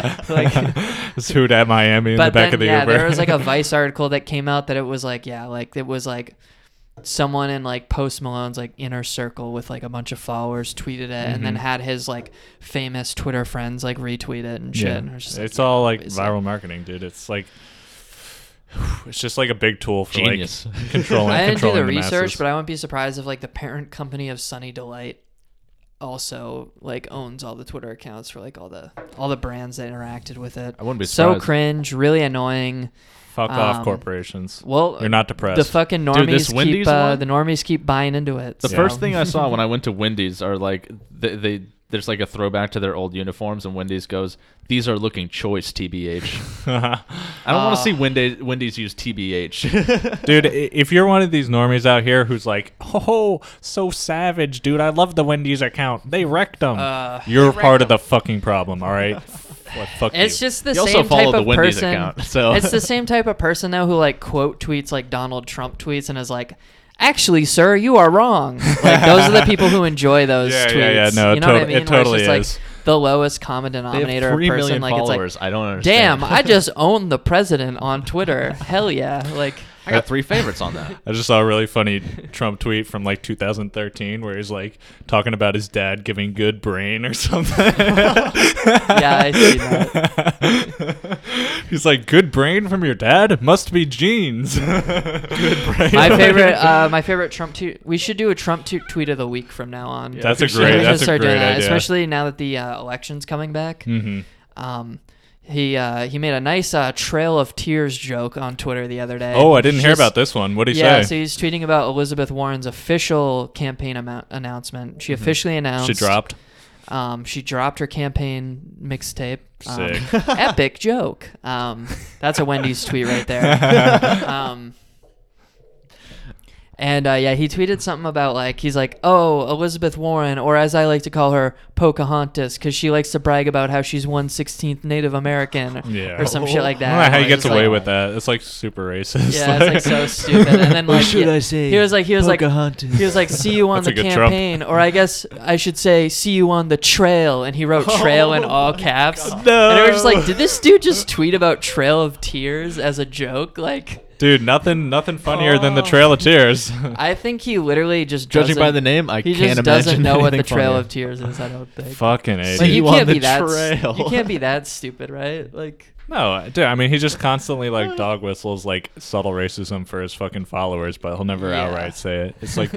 S3: It's hoot at Miami in the
S1: but
S3: back
S1: then,
S3: of the
S1: yeah,
S3: Uber.
S1: there was
S3: [laughs]
S1: like
S4: [laughs]
S1: a Vice article that came out that it was like, yeah, like it was like someone in like Post Malone's like inner circle with like a bunch of followers tweeted it and
S4: Mm-hmm.
S1: then had his like famous Twitter friends like retweet it and shit. And it was just like,
S3: it's all like
S1: obviously.
S3: viral marketing, dude. It's like [sighs] it's just like a big tool for
S4: Genius.
S3: like controlling.
S1: [laughs] I didn't do
S3: controlling
S1: the
S3: the
S1: research,
S3: masses.
S1: but I wouldn't be surprised if like the parent company of Sunny Delight also like owns all the Twitter accounts for like all the all the brands that interacted with it.
S4: I wouldn't be
S1: so
S4: surprised.
S1: cringe, really annoying.
S3: fuck off
S1: um,
S3: corporations.
S1: Well,
S3: You're not
S1: the
S3: depressed.
S1: fucking
S4: Dude,
S1: normies
S4: this
S1: keep
S4: Wendy's
S1: uh,
S4: one?
S1: the normies keep buying into it.
S4: The
S1: so-
S4: first thing I saw when I went to Wendy's are like they, they there's like a throwback to their old uniforms, and Wendy's goes, "These are looking choice, tbh."
S3: [laughs]
S4: I don't want
S1: Ah.
S4: to see Wendy's, Wendy's use [laughs] tbh.
S3: dude, i- if you're one of these normies out here who's like, oh, so savage, dude, I love the Wendy's account. They wrecked them.
S1: Uh,
S3: you're part of the fucking problem, all
S1: [laughs]
S3: right? Well, fuck
S1: it's
S3: you.
S1: just the
S4: You also
S1: same type
S4: follow the
S1: of
S4: Wendy's
S3: [laughs]
S1: person.
S4: account,
S1: [laughs]
S4: so-
S1: it's the same type of person though who like quote tweets like Donald Trump tweets and is like, "Actually, sir, you are wrong." Like those are the people
S3: [laughs]
S1: who enjoy those
S3: Yeah,
S1: tweets.
S3: yeah, yeah, no, it
S1: you know what I
S3: tot- it
S1: mean? Where it's
S3: totally
S1: just, like,
S3: is.
S1: the lowest common
S4: They have
S1: denominator
S4: three
S1: of person.
S4: million
S1: Like
S4: followers.
S1: it's like,
S4: I don't understand.
S1: damn,
S3: [laughs]
S1: I just own the president on Twitter. Hell yeah,
S3: [laughs]
S1: like.
S4: I got three favorites on [laughs] that.
S3: I just saw a really funny Trump tweet from like 2013 where he's like talking about his dad giving good brain or something.
S1: [laughs] Yeah, I see that.
S3: [laughs] He's like, good brain from your dad must be genes. [laughs]
S1: [laughs]
S3: good brain.
S1: My
S3: [laughs]
S1: favorite, uh, my favorite Trump tweet. We should do a Trump t- tweet of the week from now on.
S3: That's a
S1: We
S3: great-
S1: should
S3: that's a
S1: start
S3: great idea.
S1: especially now that the uh, election's coming back.
S3: Mhm.
S1: Um, he uh, he made a nice uh, trail of tears joke on Twitter the other day.
S3: Oh, I didn't hear
S1: Just-
S3: about this one. What did he
S1: Yeah, so
S3: say?
S1: he's tweeting about Elizabeth Warren's official campaign amount- announcement. She officially announced
S3: Mm-hmm. she dropped.
S1: Um, she dropped her campaign mixtape. Um,
S3: Sick.
S1: [laughs] epic joke. Um, that's a Wendy's tweet
S3: [laughs]
S1: right there. Um, and uh, yeah, he tweeted something about like he's like, "Oh, Elizabeth Warren, or as I like to call her, Pocahontas, because she likes to brag about how she's one sixteenth Native American,
S3: Yeah.
S1: or some shit like
S3: I
S1: that."
S3: don't know how
S1: And
S3: he
S1: I was
S3: gets
S1: just
S3: away
S1: like-
S3: with that. It's like super racist.
S1: Yeah, it's
S3: [laughs]
S1: like so stupid. And then like he, he was like, he was like, he was like, "See you on
S3: That's
S1: the
S3: a good Trump.
S1: campaign," or I guess I should say, "See you on the trail," and
S3: [laughs]
S1: he wrote "trail" in all caps.
S3: Oh No.
S1: And they were just like, did this dude just tweet about Trail of Tears as a joke? Like,
S3: Dude, nothing nothing funnier than the
S1: Oh.
S3: Trail of Tears. [laughs]
S1: I think he literally just
S4: Judging by
S1: doesn't-
S4: the name, I
S1: he
S4: can't
S1: just doesn't
S4: imagine
S1: know what the
S4: anything
S1: Trail
S4: funnier.
S1: of Tears is. I don't think.
S3: Fucking a.
S1: Like,
S4: See
S1: you
S4: you on
S1: can't
S4: the
S1: be that. s-
S4: trail.
S1: You can't be that stupid, right? Like.
S3: No, dude. I mean, he just constantly like dog whistles like subtle racism for his fucking followers, but he'll never
S1: Yeah.
S3: outright say it. It's [laughs]
S1: [laughs]
S3: like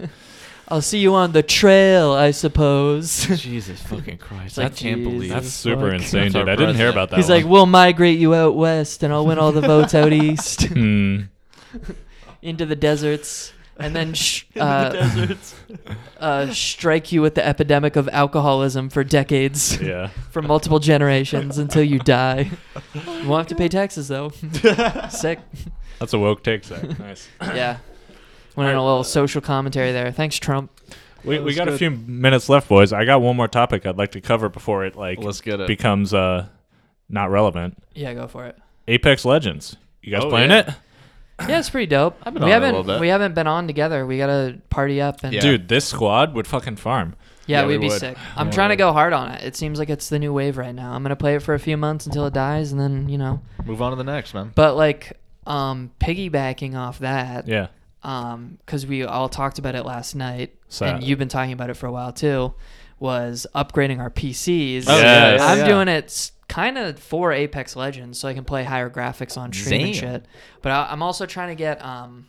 S1: I'll see you on the trail, I suppose.
S4: [laughs] Jesus
S1: [laughs]
S4: fucking Christ!
S1: like,
S4: I can't believe
S3: that's
S1: Jesus
S3: super
S1: fuck.
S3: insane,
S4: That's
S3: dude.
S4: our
S3: I didn't hear
S4: president.
S3: about that.
S1: He's like,
S3: one.
S1: we'll migrate you out west, and I'll win all the votes
S4: [laughs]
S1: out east,
S3: Hmm.
S1: into the deserts, and then sh-
S4: [laughs] Into the
S1: uh,
S4: deserts.
S1: uh, [laughs] strike you with the epidemic of alcoholism for
S4: [laughs]
S1: decades,
S3: Yeah.
S1: for multiple generations until you die. You won't have to pay taxes
S4: [laughs]
S1: though. Sick.
S3: [laughs] That's a woke take, Zach. Nice.
S1: yeah. Went in a little social commentary there. Thanks, Trump.
S3: We,
S4: That
S3: we
S4: was
S3: got a
S4: good.
S3: few minutes left, boys. I got one more topic I'd like to cover before it like
S4: Let's get it.
S3: becomes uh not relevant.
S1: Yeah, go for it.
S3: Apex Legends. You guys
S4: Oh,
S3: playing
S4: yeah.
S3: it?
S1: Yeah, it's pretty dope.
S4: been
S1: we
S4: on it a
S1: haven't
S4: little bit.
S1: we haven't been on together. We gotta party up and
S4: Yeah.
S3: Dude, this squad would fucking farm.
S1: Yeah,
S4: Yeah,
S1: we'd
S4: we
S1: be
S4: would.
S1: sick. I'm trying to go hard on it. It seems like it's the new wave right now. I'm gonna play it for a few months until it dies, and then you know.
S4: Move on to the next man.
S1: But like, um, piggybacking off that,
S3: [laughs] Yeah.
S1: um, because we all talked about it last night,
S3: So-
S1: and you've been talking about it for a while too, was upgrading our PCs.
S3: Oh, yeah, yeah,
S1: I'm
S4: yeah.
S1: doing it kind of for Apex Legends, so I can play higher graphics on stream and
S4: Damn.
S1: shit. But I, I'm also trying to get um.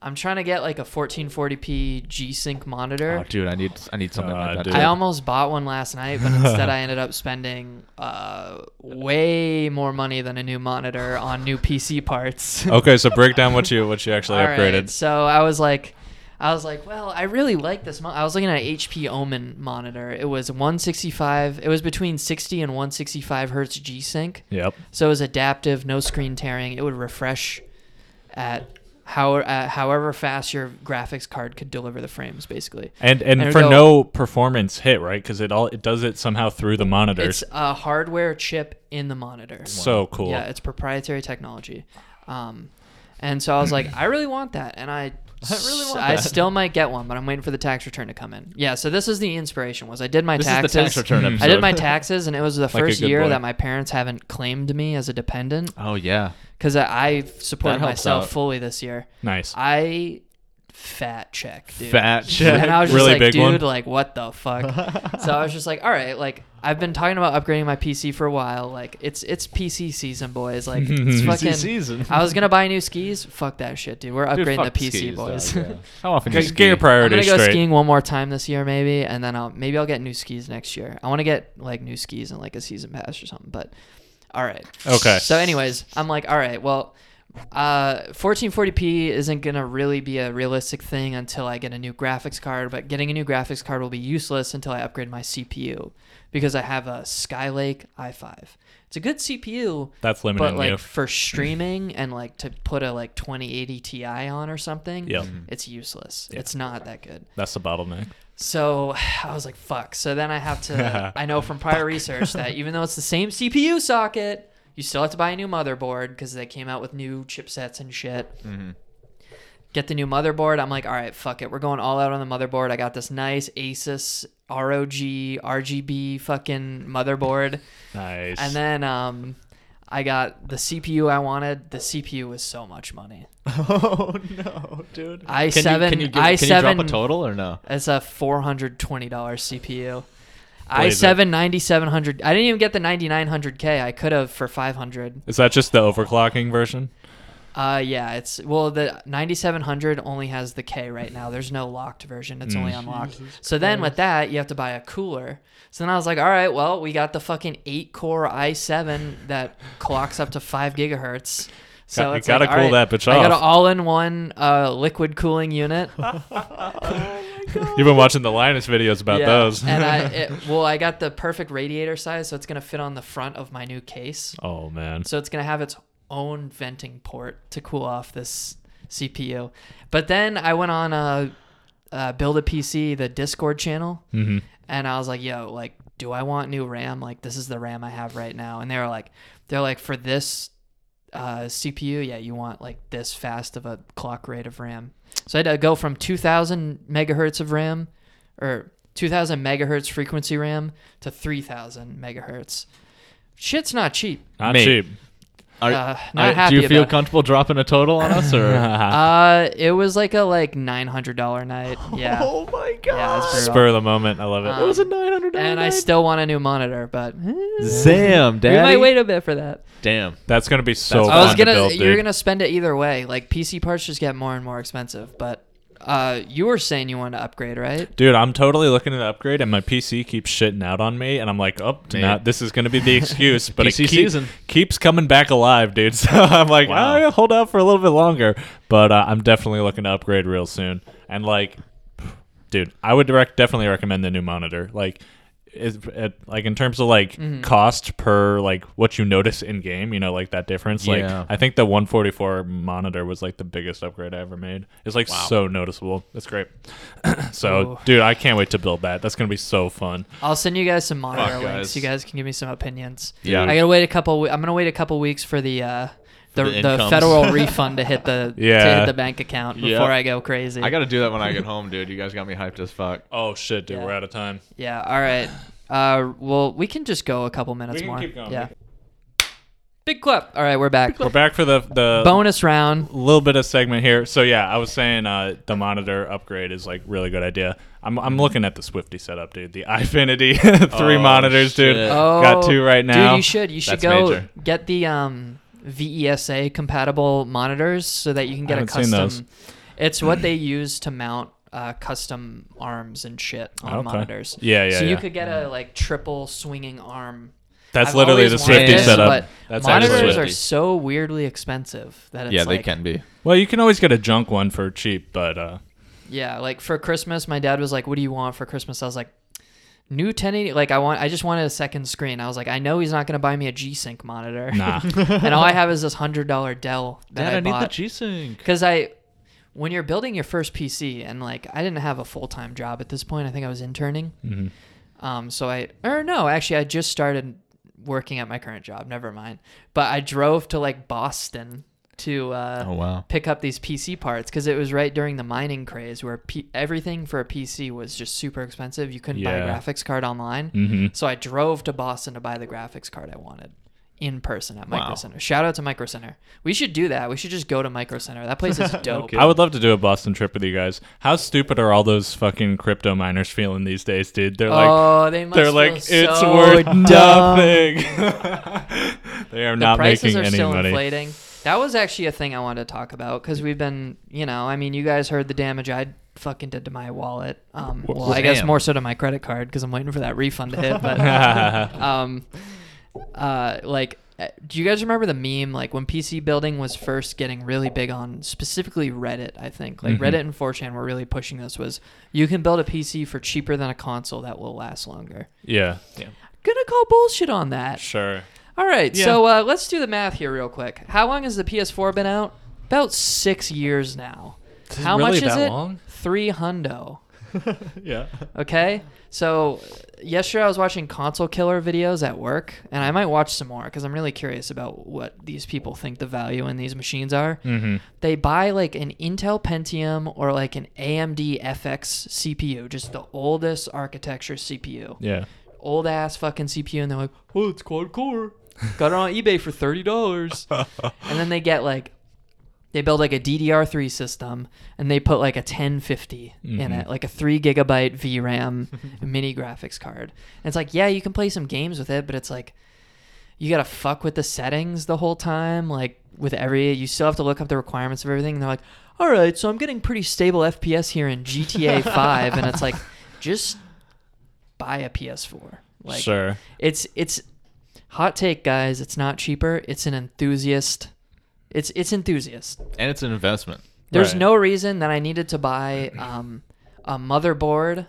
S1: I'm trying to get like a 1440p G Sync monitor.
S4: Oh, dude, I need I need something
S3: Uh,
S4: like that.
S3: dude.
S4: too.
S1: I almost bought one last night, but instead I ended up spending uh, way more money than a new monitor on new PC parts.
S3: Okay, so break down what you what you actually
S1: All right,
S3: upgraded.
S1: so I was like, I was like, well, I really like this. Mon-. I was looking at an HP Omen monitor. It was 165. It was between 60 and 165 hertz G Sync.
S3: Yep.
S1: So it was adaptive, no screen tearing. It would refresh at how at however fast your graphics card could deliver the frames, basically.
S3: And and,
S1: And
S3: for
S1: go-
S3: no performance hit, right? Because it all it does it somehow through the monitors.
S1: It's a hardware chip in the monitor.
S3: so cool.
S1: Yeah, it's proprietary technology. Um, and so I was like, I really want that, and I,
S4: [laughs] I really want
S1: I
S4: that.
S1: still might get one, but I'm waiting for the tax return to come in. Yeah, so this is the inspiration was I did my
S4: This is the
S1: taxes.
S4: tax return
S1: I did
S4: episode. [laughs]
S1: my taxes, and it was the
S3: a
S1: first
S3: good
S1: year
S3: boy.
S1: that my parents haven't claimed me as a dependent
S4: Oh yeah.
S1: because I, I supported
S4: That helps
S1: myself
S4: out.
S1: fully this year.
S3: Nice.
S1: I fat check, dude.
S4: Fat check.
S1: And I was just
S3: Really
S1: like,
S3: big
S1: dude,
S3: one?
S1: like, what the
S3: [laughs]
S1: fuck? so I was just like, all right, like, I've been talking about upgrading my PC for a while. Like, it's it's PC season, boys. Like,
S3: [laughs]
S1: it's
S3: PC
S1: fucking.
S4: season.
S1: I was gonna buy new skis. Fuck that shit, dude. We're upgrading the PC, boys. [laughs]
S4: How often do you
S3: Get, get your
S1: I'm gonna
S3: priorities
S1: go
S3: straight.
S1: skiing one more time this year, maybe, and then I'll maybe I'll get new skis next year. I want to get like new skis and like a season pass or something. But all right,
S3: Okay.
S1: so, anyways, I'm like, all right, well, uh, 1440p isn't gonna really be a realistic thing until I get a new graphics card. But getting a new graphics card will be useless until I upgrade my CPU because I have a Skylake i5. It's a good CPU,
S3: That's
S1: but
S3: limiting
S1: like
S3: you.
S1: for streaming and like to put a like 2080 Ti on or something,
S3: Yep. Mhm.
S1: it's useless. It's not that good.
S3: That's the bottleneck.
S1: So [sighs] I was like, fuck. So then I have to, I know from prior research that even though it's the same CPU socket, you still have to buy a new motherboard because they came out with new chipsets and shit.
S4: Mm-hmm.
S1: Get the new motherboard. I'm like, all right, fuck it. We're going all out on the motherboard. I got this nice Asus ROG RGB fucking motherboard.
S3: Nice.
S1: And then um, I got the CPU I wanted. The CPU was so much money.
S4: Oh no, dude.
S1: I
S4: Can
S1: seven-
S4: You, can you, give,
S1: I
S4: can you drop
S1: seven-
S4: a total or no?
S1: It's a four hundred twenty dollars CPU. i
S3: Blaze it.
S1: seven ninety seven hundred. I didn't even get the ninety nine hundred K. I could have for five hundred.
S3: Is that just the overclocking version?
S1: Uh, yeah, it's well the ninety seven hundred only has the K right now. There's no locked version. It's
S3: Mm.
S1: only unlocked. so then with that, you have to buy a cooler. So then I was like, all right, well we got the fucking eight core i seven that clocks up to five gigahertz. So
S3: Got- you
S1: it's like,
S3: gotta
S1: all
S3: cool
S1: right,
S3: that bitch
S1: I got an
S3: off.
S1: all-in-one uh, liquid
S3: [laughs]
S1: cooling unit.
S3: You've been watching the Linus videos about those.
S1: and I, it, well, I got the perfect radiator size, so it's gonna fit on the front of my new case.
S3: [laughs] oh man.
S1: So it's gonna have its own venting port to cool off this CPU. But then I went on a uh, build a PC, the Discord channel, and I was like, "Yo, like, do I want new RAM? Like, this is the RAM I have right now." And they were like, "They're like for this uh, CPU, yeah, you want like this fast of a clock rate of RAM." So I had to go from 2,000 megahertz of RAM, or 2,000 megahertz frequency RAM to 3,000 megahertz. Shit's not cheap.
S3: Not
S4: Mate.
S3: cheap.
S4: Are,
S1: Uh, not
S4: are-
S1: happy
S4: do you feel
S1: about it.
S4: comfortable dropping a total on us
S3: [laughs]
S4: or?
S1: [laughs] Uh, it was like a like nine hundred dollar
S4: [laughs]
S1: night. Yeah.
S4: Oh my god.
S1: Yeah, it's brutal.
S3: Spur of the moment. I love it.
S1: Um,
S4: That was a nine hundred dollar.
S1: and I still want a new monitor, but eh,
S4: Damn,
S1: we
S4: daddy.
S1: might wait a bit for that.
S4: Damn.
S3: That's gonna be so.
S4: That's
S3: Fun
S1: I was
S3: to
S1: gonna,
S3: build,
S1: you're
S3: dude.
S1: gonna spend it either way. Like PC parts just get more and more expensive. But uh, you were saying you want to upgrade, right?
S3: Dude, I'm totally looking at the upgrade, and my PC keeps shitting out on me, and I'm like, oh,
S4: Man.
S3: now this is going to be the excuse, but it
S4: PC
S3: keep-
S4: season.
S3: keeps coming back alive, dude. [laughs] So I'm like, oh,
S4: Wow.
S3: yeah, hold out for a little bit longer, but uh, I'm definitely looking to upgrade real soon. And like, dude, I would direct definitely recommend the new monitor. Like, it, it, like in terms of like cost per like what you notice in game, you know, like that difference.
S4: Yeah.
S3: Like, I think the 144 monitor was like the biggest upgrade I ever made. It's like so noticeable. It's great. [clears throat] So,
S1: Ooh.
S3: dude, I can't wait to build that. That's gonna be so fun.
S1: I'll send you guys some monitor
S4: Fuck,
S1: links.
S4: guys.
S1: You guys can give me some opinions.
S4: Yeah.
S1: I gotta wait a couple. We- I'm gonna wait a couple weeks for the uh, the,
S4: the
S1: the,
S4: incomes. [laughs]
S1: federal refund to hit the to
S3: Yeah.
S1: hit the bank account before
S4: Yeah.
S1: I go crazy.
S4: I gotta do that when
S1: [laughs]
S4: I get home, dude. You guys got me hyped as fuck.
S3: Oh shit, dude,
S1: Yeah.
S3: we're out of time.
S1: yeah. All right. Uh, well, we can just go a couple minutes
S3: can
S1: more.
S3: keep going.
S1: Yeah. Big clip. All right, we're back.
S3: We're back for the the
S1: Bonus round.
S3: little bit of segment here. So yeah, I was saying uh, the monitor upgrade is like really good idea. I'm I'm looking at the Swifty setup, dude. The [laughs] iFinity three
S4: Oh,
S3: monitors, dude.
S4: shit.
S1: Oh,
S3: Got two right now.
S1: Dude, you should you should
S4: That's
S1: go
S4: major.
S1: get the um, VESA compatible monitors so that you can get a
S3: haven't seen
S1: custom.
S3: those.
S1: It's what they use to mount uh, custom arms and shit on
S3: Okay.
S1: monitors.
S3: Yeah, yeah,
S1: So you
S3: yeah.
S1: could get a like triple swinging arm.
S3: That's
S1: I've
S3: literally
S1: always
S3: the
S1: wanted
S3: Swifty
S1: this,
S3: setup.
S1: but
S3: That's actually
S1: monitors are
S3: Swifty.
S1: so weirdly expensive that it's
S4: yeah, they
S1: like-
S4: can be.
S3: Well, you can always get a junk one for cheap, but
S1: [laughs]
S3: uh,
S1: Yeah, like for Christmas, my dad was like, "What do you want for Christmas?" I was like, "New 1080." Like I want, I just wanted a second screen. I was like, I know he's not gonna buy me a G-Sync monitor,
S3: nah.
S1: [laughs] and all I have is this hundred dollar Dell that
S4: Dad,
S1: I,
S4: I need the
S1: bought.
S4: G Sync.
S1: Because I, when you're building your first PC, and like I didn't have a full time job at this point. I think I was interning.
S4: Mm-hmm.
S1: Um, so I, or no, actually, I just started working at my current job. Never mind. But I drove to like Boston to uh,
S4: Oh wow.
S1: pick up these PC parts because it was right during the mining craze where P- everything for a PC was just super expensive. You couldn't buy a
S3: Yeah.
S1: graphics card online.
S3: Mhm.
S1: So I drove to Boston to buy the graphics card I wanted in person at Micro
S4: Wow.
S1: Center. Shout out to Micro Center. We should do that. We should just go to Micro Center. That place
S3: [laughs]
S1: is dope.
S3: I would love to do a Boston trip with you guys. How stupid are all those fucking crypto miners feeling these days, dude? They're like,
S1: oh, they must
S3: They're
S1: feel
S3: like, it's
S1: so
S3: worth
S1: dumb.
S3: nothing. [laughs] they are
S1: The
S3: not
S1: prices
S3: making
S1: are
S3: any
S1: still
S3: money.
S1: inflating. That was actually a thing I wanted to talk about because we've been, you know, I mean, you guys heard the damage I fucking did to my wallet. Um,
S3: Wha-
S1: well, I guess
S4: Damn.
S1: more so to my credit card because I'm waiting for that refund to hit.
S3: [laughs]
S1: But, [laughs] um, uh, like, uh, do you guys remember the meme like when PC building was first getting really big on specifically Reddit? I think
S3: Mm-hmm.
S1: like Reddit and 4chan were really pushing this. Was you can build a PC for cheaper than a console that will last longer.
S3: Yeah. Yeah.
S1: Gonna call bullshit on that.
S3: Sure.
S1: All right,
S3: Yeah.
S1: so uh, let's do the math here real quick. How long has the PS4 been out? About six years now.
S3: is
S1: How
S3: really
S1: much is
S3: that
S1: it?
S3: long?
S1: Three hundo.
S3: Yeah.
S1: Okay, so yesterday I was watching console killer videos at work, and I might watch some more because I'm really curious about what these people think the value in these machines are.
S3: Mm-hmm.
S1: They buy like an Intel Pentium or like an AMD FX CPU, just the oldest architecture CPU
S3: Yeah.
S1: old ass fucking CPU and they're like, oh, it's quad core. Got it on eBay for thirty dollars. and then they get like they build like a DDR3 system and they put like a 1050 in it, like a three gigabyte VRAM mini graphics card. And it's like, yeah, you can play some games with it, but it's like you gotta fuck with the settings the whole time. Like with every, you still have to look up the requirements of everything. And they're like, all right, so I'm getting pretty stable FPS here in GTA 5, and it's like, just buy a PS4. Like,
S3: sure.
S1: it's it's hot take, guys. It's not cheaper. It's an enthusiast. It's it's enthusiast.
S4: And it's an investment.
S1: There's
S3: Right.
S1: no reason that I needed to buy um, a motherboard,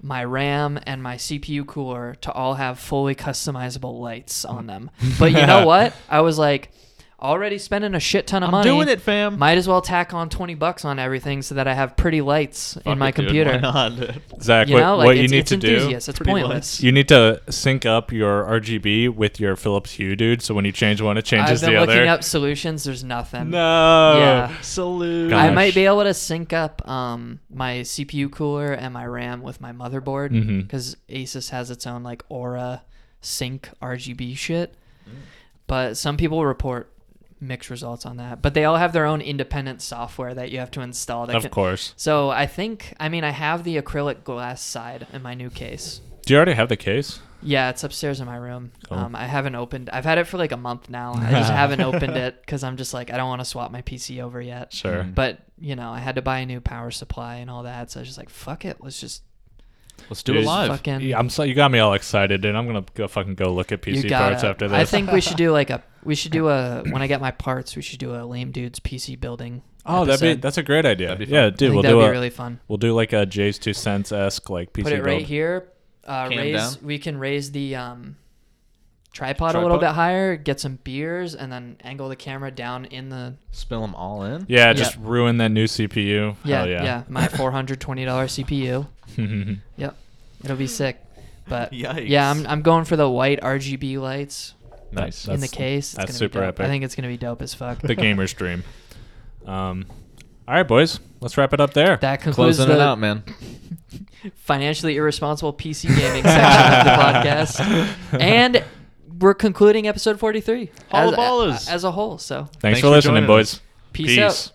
S1: my RAM, and my CPU cooler to all have fully customizable lights on them. But you
S3: [laughs]
S1: know what? I was like, already spending a shit ton of
S4: I'm
S1: money.
S4: doing it, fam.
S1: Might as well tack on twenty bucks on everything so that I have pretty lights in my computer.
S3: Zach,
S1: You
S3: what,
S1: know, like
S3: what
S1: it's,
S3: you need
S1: it's
S3: to do?
S1: enthusiast. It's
S4: pretty much.
S1: pointless.
S3: You need to sync up your RGB with your Philips Hue, dude. So when you change one, it
S1: I've
S3: changes
S1: been
S3: the
S1: looking
S3: other.
S1: up solutions. There's nothing.
S3: no.
S1: Yeah.
S4: [laughs] Salute.
S3: God.
S1: I
S3: Oh, Gosh.
S1: might be able to sync up um, my CPU cooler and my RAM with my motherboard
S3: Mhm.
S1: because Asus has its own like Aura sync RGB shit. But some people report mixed results on that. But they all have their own independent software that you have to install. That
S3: Of course.
S1: So I think I mean I have the acrylic glass side in my new case.
S3: Do you already have the case?
S1: Yeah, it's upstairs in my room.
S3: Cool.
S1: Um, I haven't opened. I've had it for like a month now.
S3: [laughs]
S1: I just haven't opened it because I'm just like I don't want to swap my PC over yet.
S3: Sure.
S4: Mm-hmm.
S1: But you know, I had to buy a new power supply and all that, so I was just like, "Fuck it, let's just
S4: Let's do
S3: Dude,
S4: it live.
S1: fucking."
S3: Yeah, I'm so you got me all excited, dude. I'm gonna go fucking go look at
S1: you
S3: PC
S1: gotta-
S3: parts after this.
S1: I think we should do like a. We
S3: [laughs]
S1: should do a. When I get my parts, we should do a lame dudes PC building.
S3: Oh, that'd be
S1: episode.
S3: that's a great idea.
S4: That'd be
S3: Yeah,
S4: fun.
S1: I
S3: dude,
S1: think
S3: we'll
S1: that'd
S3: do
S1: be
S3: a,
S1: really fun.
S3: we'll do like a Jay's two cents esque like PC
S1: Put it right
S3: build.
S1: here. Uh,
S4: Cam
S1: raise.
S4: down.
S1: We can raise the um, tripod, a little bit
S4: Tripod?
S1: higher. Get some beers and then angle the camera down in the.
S4: Spill them all in.
S3: Yeah, just ruin that new CPU.
S1: Yeah,
S3: Hell [laughs]
S1: yeah.
S3: yeah.
S1: my four hundred twenty dollar CPU.
S3: yeah.
S1: Yep, it'll be sick. [laughs] But
S4: Yikes.
S1: yeah, I'm I'm going for the white RGB lights.
S4: Nice.
S1: in the
S3: That's-
S1: case. It's
S3: that's
S1: gonna
S3: super
S1: be dope.
S3: epic.
S1: I think it's gonna be dope as fuck.
S3: the gamer's dream. Um, all right, boys, let's wrap it up there.
S1: [laughs] That concludes
S4: Closing
S1: the
S4: it out, man.
S1: financially irresponsible PC gaming section of the
S3: [laughs]
S1: podcast, and we're concluding episode forty three
S4: Holla
S1: as,
S4: ballers.
S1: as a whole. So
S3: Thanks,
S4: Thanks
S3: for
S4: for
S3: listening,
S4: joining
S3: boys.
S4: us.
S1: peace out.